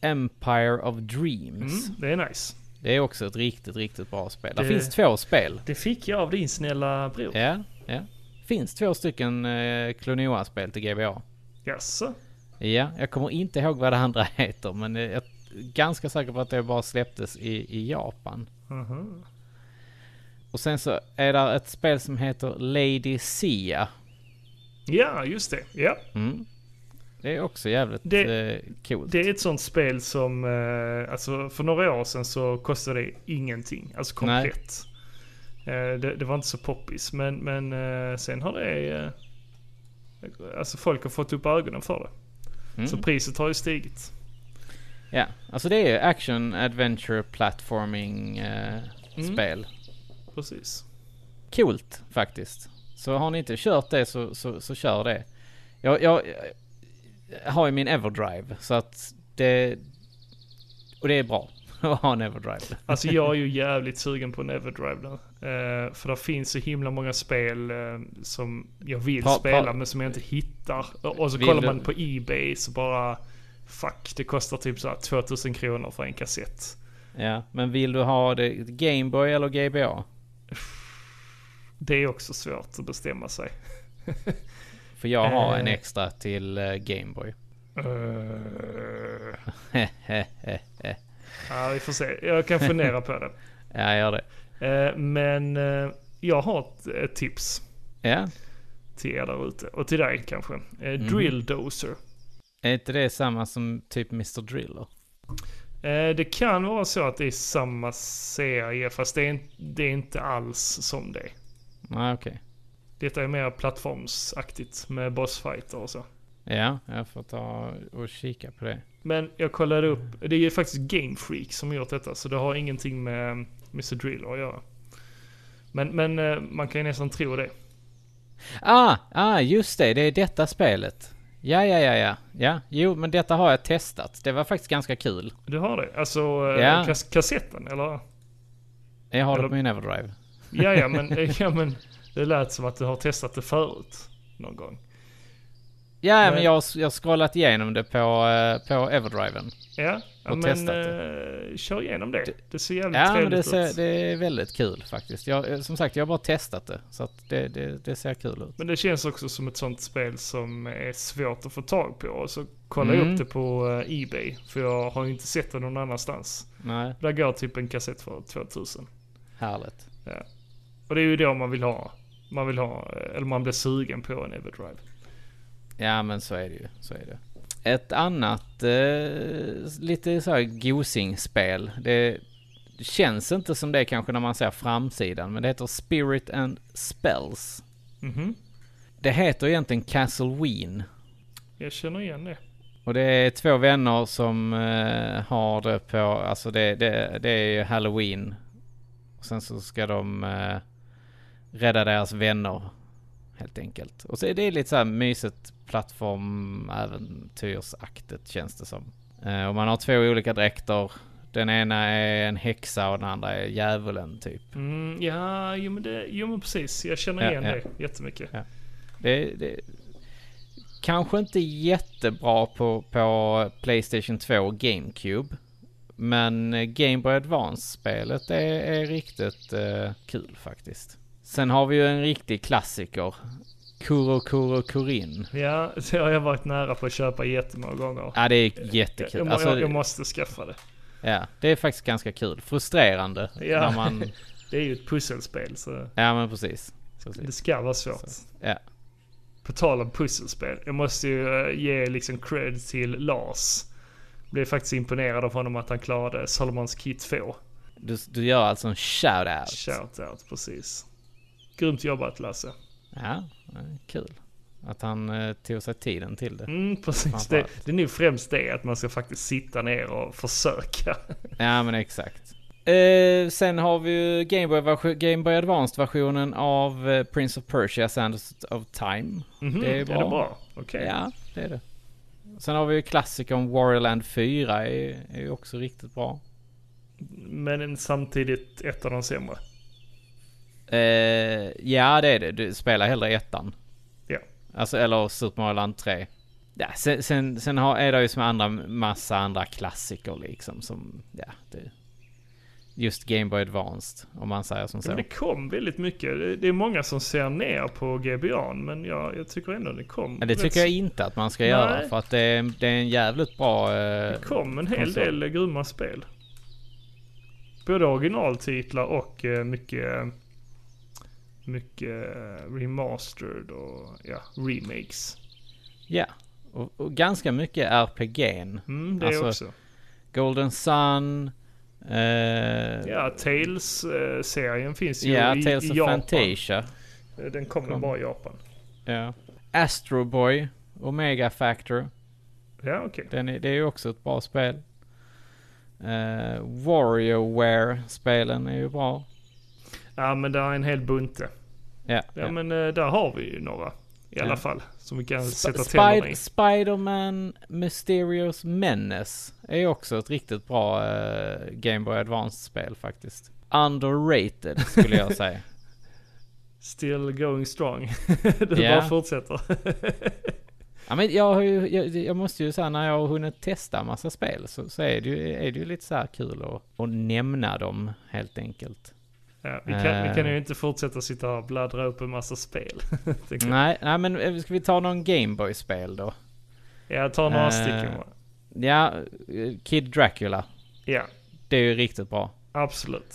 [SPEAKER 2] Empire of
[SPEAKER 1] Mm,
[SPEAKER 2] Dreams.
[SPEAKER 1] det är nice.
[SPEAKER 2] Det är också ett riktigt, riktigt bra spel. Det
[SPEAKER 1] Det-
[SPEAKER 2] finns två spel.
[SPEAKER 1] Det fick jag av din snälla bror.
[SPEAKER 2] Ja, ja. Finns två stycken eh, Klonoa-spel till GBA.
[SPEAKER 1] Jaså?
[SPEAKER 2] Ja, jag kommer inte ihåg vad det andra heter, men eh, jag är ganska säker på att det bara släpptes i, i Japan.
[SPEAKER 1] Mhm.
[SPEAKER 2] Och sen så är det ett spel som heter Lady Sia.
[SPEAKER 1] Ja, just det. Ja.
[SPEAKER 2] Mm. Det är också jävligt
[SPEAKER 1] Det-
[SPEAKER 2] eh, coolt.
[SPEAKER 1] Det är ett sånt spel som, eh, alltså för några år sedan så kostade det ingenting. Alltså komplett. Eh, det, det var inte så poppis. Men, men eh, sen har det, eh, alltså folk har fått upp ögonen för det.
[SPEAKER 2] Mm.
[SPEAKER 1] Så priset har ju stigit.
[SPEAKER 2] Ja, alltså det är ju action, adventure, platforming eh,
[SPEAKER 1] Mm.
[SPEAKER 2] spel.
[SPEAKER 1] Precis.
[SPEAKER 2] Coolt faktiskt. Så har ni inte kört det så, så, så kör det. Jag, jag, jag har ju min Everdrive så att det... Och det är bra att ha en Everdrive.
[SPEAKER 1] Alltså jag är ju jävligt sugen på en Everdrive nu. Eh, för det finns så himla många spel eh, som jag vill
[SPEAKER 2] Pa- pa-
[SPEAKER 1] spela men som jag inte hittar. Och, och så
[SPEAKER 2] Vill
[SPEAKER 1] kollar
[SPEAKER 2] du-
[SPEAKER 1] man på Ebay så bara Fuck, det kostar typ såhär 2000 kronor för en kassett.
[SPEAKER 2] Ja, men vill du ha det Gameboy eller GBA?
[SPEAKER 1] Det är också svårt att bestämma sig.
[SPEAKER 2] För jag har en
[SPEAKER 1] Eh.
[SPEAKER 2] extra till eh, Gameboy.
[SPEAKER 1] Eh,
[SPEAKER 2] ja,
[SPEAKER 1] ja, vi får se. Jag kan fundera på det.
[SPEAKER 2] jag gör det.
[SPEAKER 1] Eh, men eh, jag har ett, ett tips
[SPEAKER 2] Ja,
[SPEAKER 1] till er där ute. Och till dig kanske. Eh, Drill Dozer.
[SPEAKER 2] är inte det samma som typ Mr Driller?
[SPEAKER 1] Eh, Det kan vara så att det är samma serie fast det är, in- det är inte alls som det.
[SPEAKER 2] Nej, okej.
[SPEAKER 1] Detta är mer plattformsaktigt med bossfighter och så.
[SPEAKER 2] Ja, jag får ta och kika på det.
[SPEAKER 1] Men jag kollade upp, det är ju faktiskt Game Freak som gjort detta så det har ingenting med eh, Mr Driller att göra. Men, men eh, man kan ju nästan tro det.
[SPEAKER 2] Ah, ah, just det, det är detta spelet. Ja, ja, ja, ja. Ja, jo, men detta har jag testat. Det var faktiskt ganska kul.
[SPEAKER 1] Du har det? Alltså eh,
[SPEAKER 2] Ja.
[SPEAKER 1] kas- kassetten eller?
[SPEAKER 2] Jag har det
[SPEAKER 1] Eller-
[SPEAKER 2] på min Everdrive.
[SPEAKER 1] Ja, ja men, eh, ja men det lät som att du har testat det förut. Någon gång.
[SPEAKER 2] Ja, men,
[SPEAKER 1] Men-
[SPEAKER 2] jag, har- jag har scrollat igenom det på, eh, på Everdriven.
[SPEAKER 1] Ja, ja
[SPEAKER 2] Och
[SPEAKER 1] men
[SPEAKER 2] testat
[SPEAKER 1] eh, kör igenom det. Det ser jävligt
[SPEAKER 2] Ja, men
[SPEAKER 1] trevligt
[SPEAKER 2] det,
[SPEAKER 1] ut.
[SPEAKER 2] ser, det är väldigt kul faktiskt. Jag, eh, som sagt, jag har bara testat det. Så att det, det, det ser kul ut.
[SPEAKER 1] Men det känns också som ett sånt spel som är svårt att få tag på. Och så kollar jag
[SPEAKER 2] Mm.
[SPEAKER 1] upp det på eh, Ebay. För jag har ju inte sett det någon annanstans.
[SPEAKER 2] Nej,
[SPEAKER 1] Där går typ en kassett för 2000.
[SPEAKER 2] härligt.
[SPEAKER 1] Och det är ju då man vill ha. Man vill ha, eh, eller man blir sugen på en Everdrive.
[SPEAKER 2] Ja, men så är det ju. Så är det. Ett annat eh, lite så här gosing-spel. Det, Det känns inte som det kanske när man ser framsidan, men det heter Spirit and Spells.
[SPEAKER 1] Mhm.
[SPEAKER 2] Det heter egentligen Castleween.
[SPEAKER 1] Jag känner igen det.
[SPEAKER 2] Och det är två vänner som eh, har det på, alltså det, det, det är ju halloween. Och sen så ska de eh, rädda deras vänner. Helt enkelt. Och så är det lite så här mysigt plattformäventyrsaktigt känns det som. Eh, och man har två olika dräkter. Den ena är en häxa och den andra är djävulen typ.
[SPEAKER 1] Mm, ja, jo men, det, jo men precis. Jag känner
[SPEAKER 2] Ja,
[SPEAKER 1] igen
[SPEAKER 2] ja.
[SPEAKER 1] det jättemycket.
[SPEAKER 2] Ja. Det, det, kanske inte jättebra på, på Playstation 2 och GameCube. Men eh, Game Boy Advance-spelet är, är riktigt eh, kul faktiskt. Sen har vi ju en riktig klassiker. Kuro Kuro Kurin.
[SPEAKER 1] Ja, så jag har varit nära på att köpa jättemånga gånger.
[SPEAKER 2] Ja, det är
[SPEAKER 1] Jag,
[SPEAKER 2] jättekul.
[SPEAKER 1] jag,
[SPEAKER 2] Alltså,
[SPEAKER 1] jag, jag måste skaffa det.
[SPEAKER 2] ja, det är faktiskt ganska kul. Frustrerande.
[SPEAKER 1] Ja.
[SPEAKER 2] När man,
[SPEAKER 1] Det är ju ett pusselspel så
[SPEAKER 2] ja, men precis. precis.
[SPEAKER 1] det ska vara svårt.
[SPEAKER 2] Ja.
[SPEAKER 1] På tal om pusselspel. Jag måste ju eh, ge liksom cred till Lars. Blev faktiskt imponerad av honom att han klarade Solomons Kit 2.
[SPEAKER 2] Du, du gör alltså en shout-out.
[SPEAKER 1] Shoutout, precis. Grymt jobbat Lasse.
[SPEAKER 2] Ja, eh, kul. Att han eh, tog sig tiden till det.
[SPEAKER 1] Mm, precis. Det,
[SPEAKER 2] Framförallt.
[SPEAKER 1] det är nog främst det att man ska faktiskt sitta ner och försöka.
[SPEAKER 2] Ja, men exakt. Eh, sen har vi ju Game Boy, versi- Game Boy Advanced-versionen av eh, Prince of Persia, Sands of Time.
[SPEAKER 1] Mhm,
[SPEAKER 2] Det är
[SPEAKER 1] Är
[SPEAKER 2] bra.
[SPEAKER 1] det bra? Okej.
[SPEAKER 2] Ja, det är det. Sen har vi ju klassikern Warland 4, är, är ju också riktigt bra.
[SPEAKER 1] Men samtidigt ett av de sämre.
[SPEAKER 2] Eh, ja, det är det. Du spelar hellre ettan.
[SPEAKER 1] Ja.
[SPEAKER 2] Alltså, eller Super Mario Land 3. Ja, sen sen, sen har, är det ju som andra, massa andra klassiker liksom som, ja, det, just Game Boy Advanced, om man säger som så.
[SPEAKER 1] Men det kom väldigt mycket. Det- Det är många som ser ner på GBA'n men jag, jag tycker ändå det kom.
[SPEAKER 2] Men det
[SPEAKER 1] rätt-
[SPEAKER 2] tycker jag inte att man ska göra
[SPEAKER 1] Nej.
[SPEAKER 2] för att det är, det är en jävligt bra... eh,
[SPEAKER 1] Det kom en hel
[SPEAKER 2] konsol.
[SPEAKER 1] del grymma spel. Både originaltitlar och eh, mycket, mycket eh, remastered och ja, remakes.
[SPEAKER 2] Ja. Och, och ganska mycket RPG'n.
[SPEAKER 1] Mm, det
[SPEAKER 2] Alltså,
[SPEAKER 1] också.
[SPEAKER 2] Golden Sun... Eh, ja,
[SPEAKER 1] Ja, Tales-serien finns ju i,
[SPEAKER 2] Tales
[SPEAKER 1] i
[SPEAKER 2] of
[SPEAKER 1] Japan.
[SPEAKER 2] Fantasia.
[SPEAKER 1] Den kom väl
[SPEAKER 2] Kom.
[SPEAKER 1] bara i Japan.
[SPEAKER 2] Ja. Astro Boy. Omega Factor.
[SPEAKER 1] Ja, okej.
[SPEAKER 2] Den är, det är ju också ett bra spel. Eh, Warriorware-spelen är ju bra.
[SPEAKER 1] Ja, men där är en hel bunte.
[SPEAKER 2] Ja.
[SPEAKER 1] Ja, men eh, där har vi ju några. I alla
[SPEAKER 2] Ja.
[SPEAKER 1] fall. Som vi kan sätta tänderna
[SPEAKER 2] Spider-
[SPEAKER 1] i.
[SPEAKER 2] Spider-Man Mysterious Menace är också ett riktigt bra eh, Game Boy Advance-spel faktiskt. Underrated skulle jag säga.
[SPEAKER 1] Still going strong. du
[SPEAKER 2] Ja.
[SPEAKER 1] bara fortsätter.
[SPEAKER 2] ja, men jag, har ju, jag, jag måste ju säga när jag har hunnit testa massa spel så, så är, det ju, är det ju lite så här kul att, att nämna dem helt enkelt.
[SPEAKER 1] Ja, vi, kan, vi kan
[SPEAKER 2] Eh.
[SPEAKER 1] ju inte fortsätta sitta här och bladdra upp en massa spel. tänker jag.
[SPEAKER 2] Nej, nej, men eh, ska vi ta någon Game Boy-spel då?
[SPEAKER 1] ja, ta några
[SPEAKER 2] Eh.
[SPEAKER 1] stycken bara.
[SPEAKER 2] Ja, eh, Kid Dracula.
[SPEAKER 1] Ja,
[SPEAKER 2] Det är ju riktigt bra.
[SPEAKER 1] absolut.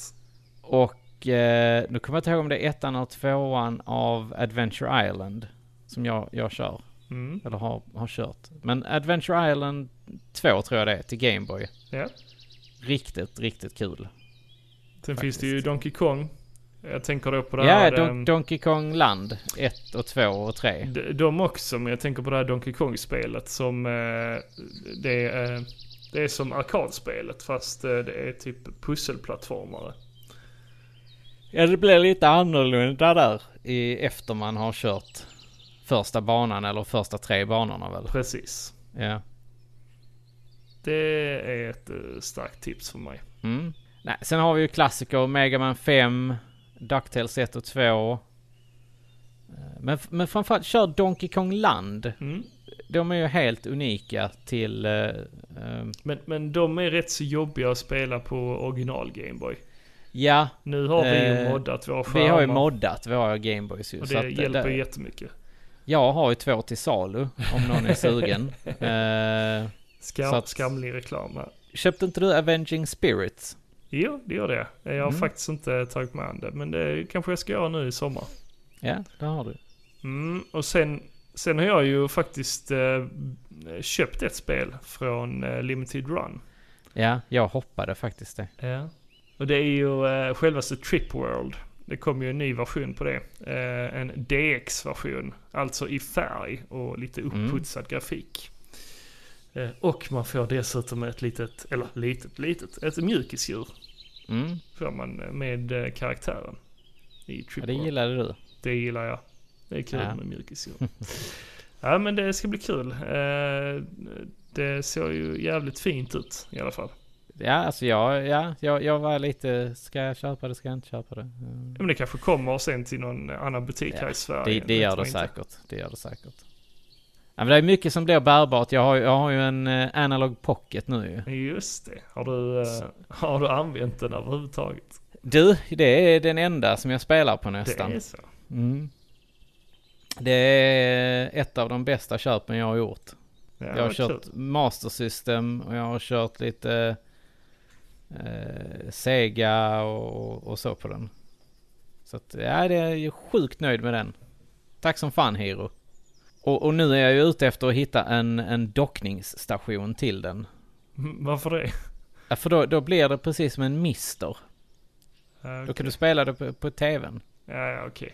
[SPEAKER 2] Och eh, nu kommer jag inte ihåg om det är ettan eller tvåan av Adventure Island. Som jag, jag kör,
[SPEAKER 1] Mm.
[SPEAKER 2] eller har, har kört. Men Adventure Island 2 tror jag det är, till Gameboy.
[SPEAKER 1] Ja.
[SPEAKER 2] Riktigt, riktigt kul.
[SPEAKER 1] Sen finns
[SPEAKER 2] Faktiskt.
[SPEAKER 1] det ju Donkey Kong. Jag tänker då på det
[SPEAKER 2] Ja,
[SPEAKER 1] här...
[SPEAKER 2] Don-
[SPEAKER 1] ehm,
[SPEAKER 2] Donkey Kong Land 1 och 2 och 3.
[SPEAKER 1] De, de också, men jag tänker på det här Donkey Kong-spelet som... Eh, det, är, eh, det är som arkadspelet fast eh, det är typ pusselplattformare.
[SPEAKER 2] Ja, det blir lite annorlunda där i, efter man har kört första banan eller första tre banorna väl.
[SPEAKER 1] Precis.
[SPEAKER 2] Ja.
[SPEAKER 1] Det är ett eh, starkt tips för mig.
[SPEAKER 2] Mm. Nej, sen har vi ju klassiker, Mega Man 5, DuckTales 1 och 2. Eh, Men, men framförallt, kör Donkey Kong Land.
[SPEAKER 1] Mm.
[SPEAKER 2] De är ju helt unika till... eh, eh,
[SPEAKER 1] Men, men de är rätt så jobbiga att spela på original Gameboy.
[SPEAKER 2] ja,
[SPEAKER 1] Nu har vi ju
[SPEAKER 2] Eh,
[SPEAKER 1] moddat våra skärmar.
[SPEAKER 2] vi har ju moddat våra Gameboys ju.
[SPEAKER 1] Och
[SPEAKER 2] så att
[SPEAKER 1] det hjälper
[SPEAKER 2] där-
[SPEAKER 1] ju jättemycket.
[SPEAKER 2] Jag har ju två till salu, om någon är sugen. Eh,
[SPEAKER 1] Skam,
[SPEAKER 2] Så att-
[SPEAKER 1] Skamlig reklam här.
[SPEAKER 2] köpte inte du Avenging Spirits?
[SPEAKER 1] Jo, det gör det. Jag har
[SPEAKER 2] Mm.
[SPEAKER 1] faktiskt inte tagit mig an det. Men det kanske jag ska göra nu i sommar.
[SPEAKER 2] Ja, det har du.
[SPEAKER 1] Mm, och sen, sen har jag ju faktiskt eh, köpt ett spel från eh, Limited Run.
[SPEAKER 2] Ja, jag hoppade faktiskt det.
[SPEAKER 1] Och det är ju eh, självaste Trip World. Det kom ju en ny version på det. Eh, en DX-version. Alltså i färg och lite
[SPEAKER 2] Mm.
[SPEAKER 1] upputsad grafik. Eh, och man får dessutom ett litet, eller litet, litet, ett mjukisdjur.
[SPEAKER 2] Mm.
[SPEAKER 1] Får man eh, med eh, karaktären. I Trip
[SPEAKER 2] Ja, det
[SPEAKER 1] World.
[SPEAKER 2] gillade du.
[SPEAKER 1] Det gillar jag. Det är kul
[SPEAKER 2] Ja.
[SPEAKER 1] med mjukisdjur. ja men det ska bli kul. Eh, det såg ju jävligt fint ut i alla fall.
[SPEAKER 2] Ja, alltså jag, ja, jag, jag var lite, ska jag köpa det, ska jag inte köpa det? Mm.
[SPEAKER 1] Ja, men det kanske kommer sen till någon annan butik här i Sverige.
[SPEAKER 2] Det, det gör
[SPEAKER 1] vet
[SPEAKER 2] det
[SPEAKER 1] man inte.
[SPEAKER 2] säkert. Det gör det säkert. Ja, men det är mycket som blir bärbart. Jag har, jag har ju en eh, analog pocket nu ju.
[SPEAKER 1] Just det. Har du, eh, har du använt den överhuvudtaget?
[SPEAKER 2] Du, det är den enda som jag spelar på nästan.
[SPEAKER 1] Det är så.
[SPEAKER 2] Mm. Det är ett av de bästa köpen jag har gjort.
[SPEAKER 1] Ja,
[SPEAKER 2] jag har
[SPEAKER 1] vad
[SPEAKER 2] kört
[SPEAKER 1] kul.
[SPEAKER 2] Master System och jag har kört lite eh, Sega och, och så på den. Så att, ja, det är ju sjukt nöjd med den. Tack som fan Hero. Och, och nu är jag ju ute efter att hitta en, en dockningsstation till den.
[SPEAKER 1] Mm, Varför det?
[SPEAKER 2] Ja, för då, då blir det precis som en mister.
[SPEAKER 1] Ja,
[SPEAKER 2] Då kan
[SPEAKER 1] okej.
[SPEAKER 2] du spela det på, på tvn.
[SPEAKER 1] Ja, ja, okej.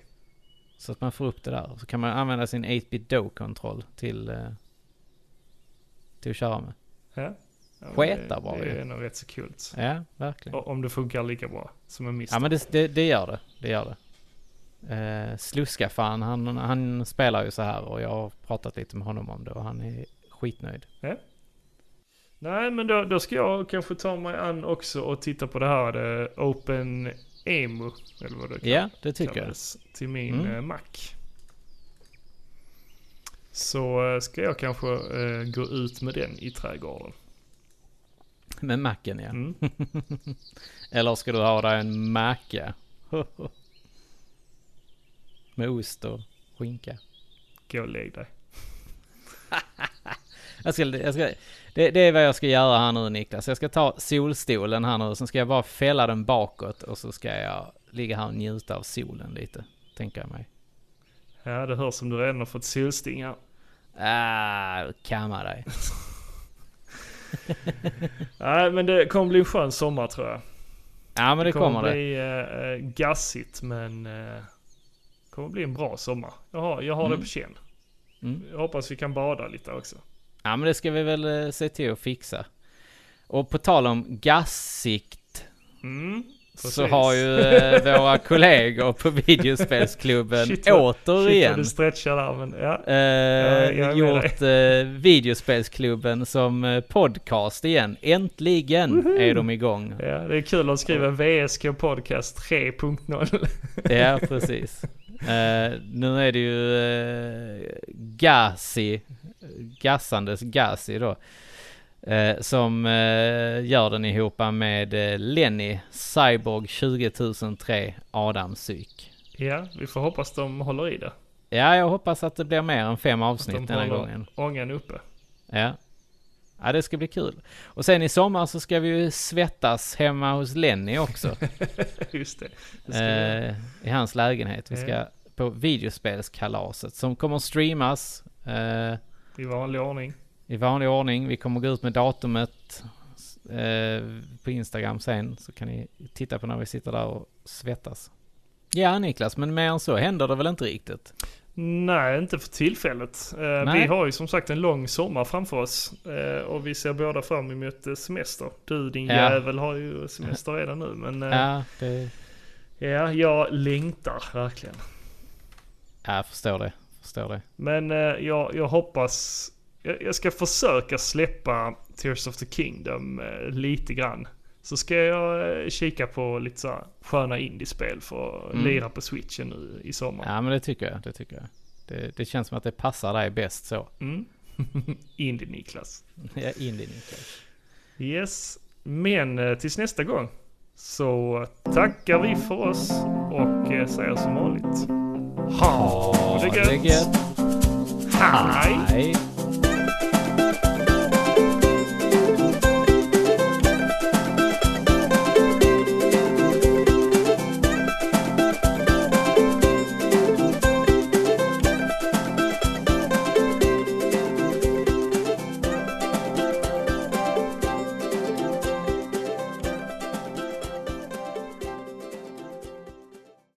[SPEAKER 2] Så att man får upp det där. Så kan man använda sin 8-bit do-kontroll till, eh, till att köra med.
[SPEAKER 1] Ja. Ja, men
[SPEAKER 2] Sketa
[SPEAKER 1] det-
[SPEAKER 2] bara
[SPEAKER 1] Det
[SPEAKER 2] ju.
[SPEAKER 1] är nog rätt så kul. Så.
[SPEAKER 2] Ja, verkligen.
[SPEAKER 1] O- Om det funkar lika bra som en mist.
[SPEAKER 2] Ja men det, det, det gör det. Det gör det. Eh, sluska fan, han, han spelar ju så här och jag har pratat lite med honom om det och han är skitnöjd.
[SPEAKER 1] Nej, men då, då ska jag kanske ta mig an också och titta på det här det Open Emu. Eller vad det
[SPEAKER 2] Ja, det tycker jag.
[SPEAKER 1] kallades. Till min
[SPEAKER 2] Mm.
[SPEAKER 1] eh, Mac. Så eh, ska jag kanske eh, gå ut med den i trädgården.
[SPEAKER 2] Med macken ja.
[SPEAKER 1] Mm.
[SPEAKER 2] Eller ska du ha dig en macka? med ost och skinka.
[SPEAKER 1] Gå och lägg dig.
[SPEAKER 2] Jag ska, jag ska, det, det är vad jag ska göra här nu Niklas. Jag ska ta solstolen här nu, sen ska jag bara fälla den bakåt och så ska jag ligga här och njuta av solen lite, tänker jag mig.
[SPEAKER 1] Ja, det hörs som du redan har fått solstingar.
[SPEAKER 2] Ah, kamma dig.
[SPEAKER 1] Nej, men det kommer bli en skön sommar tror jag.
[SPEAKER 2] Ja men det kommer det.
[SPEAKER 1] bli eh, eh, gassigt, men eh, kommer bli en bra sommar. Jag har, jag har det
[SPEAKER 2] Mm.
[SPEAKER 1] på känn.
[SPEAKER 2] Mm.
[SPEAKER 1] Jag hoppas vi kan bada lite också.
[SPEAKER 2] Ja men det ska vi väl eh, se till att fixa. Och på tal om gassigt
[SPEAKER 1] Mm,
[SPEAKER 2] så
[SPEAKER 1] precis.
[SPEAKER 2] har ju eh, våra kollegor på videospelsklubben
[SPEAKER 1] Shit, vad- Shit vad
[SPEAKER 2] återigen
[SPEAKER 1] du stretchar där, men ja.
[SPEAKER 2] eh,
[SPEAKER 1] jag är med
[SPEAKER 2] gjort eh, videospelsklubben som eh, podcast igen. Äntligen är de igång.
[SPEAKER 1] ja. Det är kul att skriva VSK Podcast 3.0.
[SPEAKER 2] Ja precis. Eh, nu är det ju eh, Gassi, gassandes Gassi då. eh, som eh, gör den ihop med eh, Lenny Cyborg 20003 Adam Syk.
[SPEAKER 1] ja, vi får hoppas de håller i det.
[SPEAKER 2] Ja, jag hoppas att det blir mer än fem
[SPEAKER 1] De
[SPEAKER 2] avsnitt den här
[SPEAKER 1] håller
[SPEAKER 2] gången.
[SPEAKER 1] ångan uppe.
[SPEAKER 2] Ja. ja, det ska bli kul. Och sen i sommar så ska vi ju svettas hemma hos Lenny också.
[SPEAKER 1] Just det. det ska vi göra.
[SPEAKER 2] eh, i hans lägenhet. Vi
[SPEAKER 1] Ja.
[SPEAKER 2] ska på videospelskalaset som kommer streamas eh,
[SPEAKER 1] I vanlig ordning.
[SPEAKER 2] i vanlig ordning. Vi kommer gå ut med datumet eh, på Instagram sen så kan ni titta på när vi sitter där och svettas. Ja Niklas, men mer än så händer det väl inte riktigt?
[SPEAKER 1] Nej, inte för tillfället. Eh,
[SPEAKER 2] Nej.
[SPEAKER 1] Vi har ju som sagt en lång sommar framför oss. Eh, och vi ser båda fram emot eh, semester. Du din
[SPEAKER 2] Ja.
[SPEAKER 1] jävel har ju semester redan nu. Men eh, ja.
[SPEAKER 2] Ja, det,
[SPEAKER 1] jag längtar verkligen.
[SPEAKER 2] ja jag förstår det. Förstår det.
[SPEAKER 1] Men eh, jag, jag hoppas... Jag, jag ska försöka släppa Tears of the Kingdom eh, lite grann. Så ska jag eh, kika på lite så här sköna indiespel för att
[SPEAKER 2] Mm.
[SPEAKER 1] lira på switchen nu i sommar.
[SPEAKER 2] Ja, men det tycker jag. Det tycker jag. Det, det känns som att det passar dig bäst så.
[SPEAKER 1] Mm. Indie-Niklas.
[SPEAKER 2] Ja, in i Niklas.
[SPEAKER 1] Yes, men eh, tills nästa gång så tackar vi för oss och eh, säger som vanligt. Ha
[SPEAKER 2] Åh,
[SPEAKER 1] det gött! Hej!
[SPEAKER 2] Hej!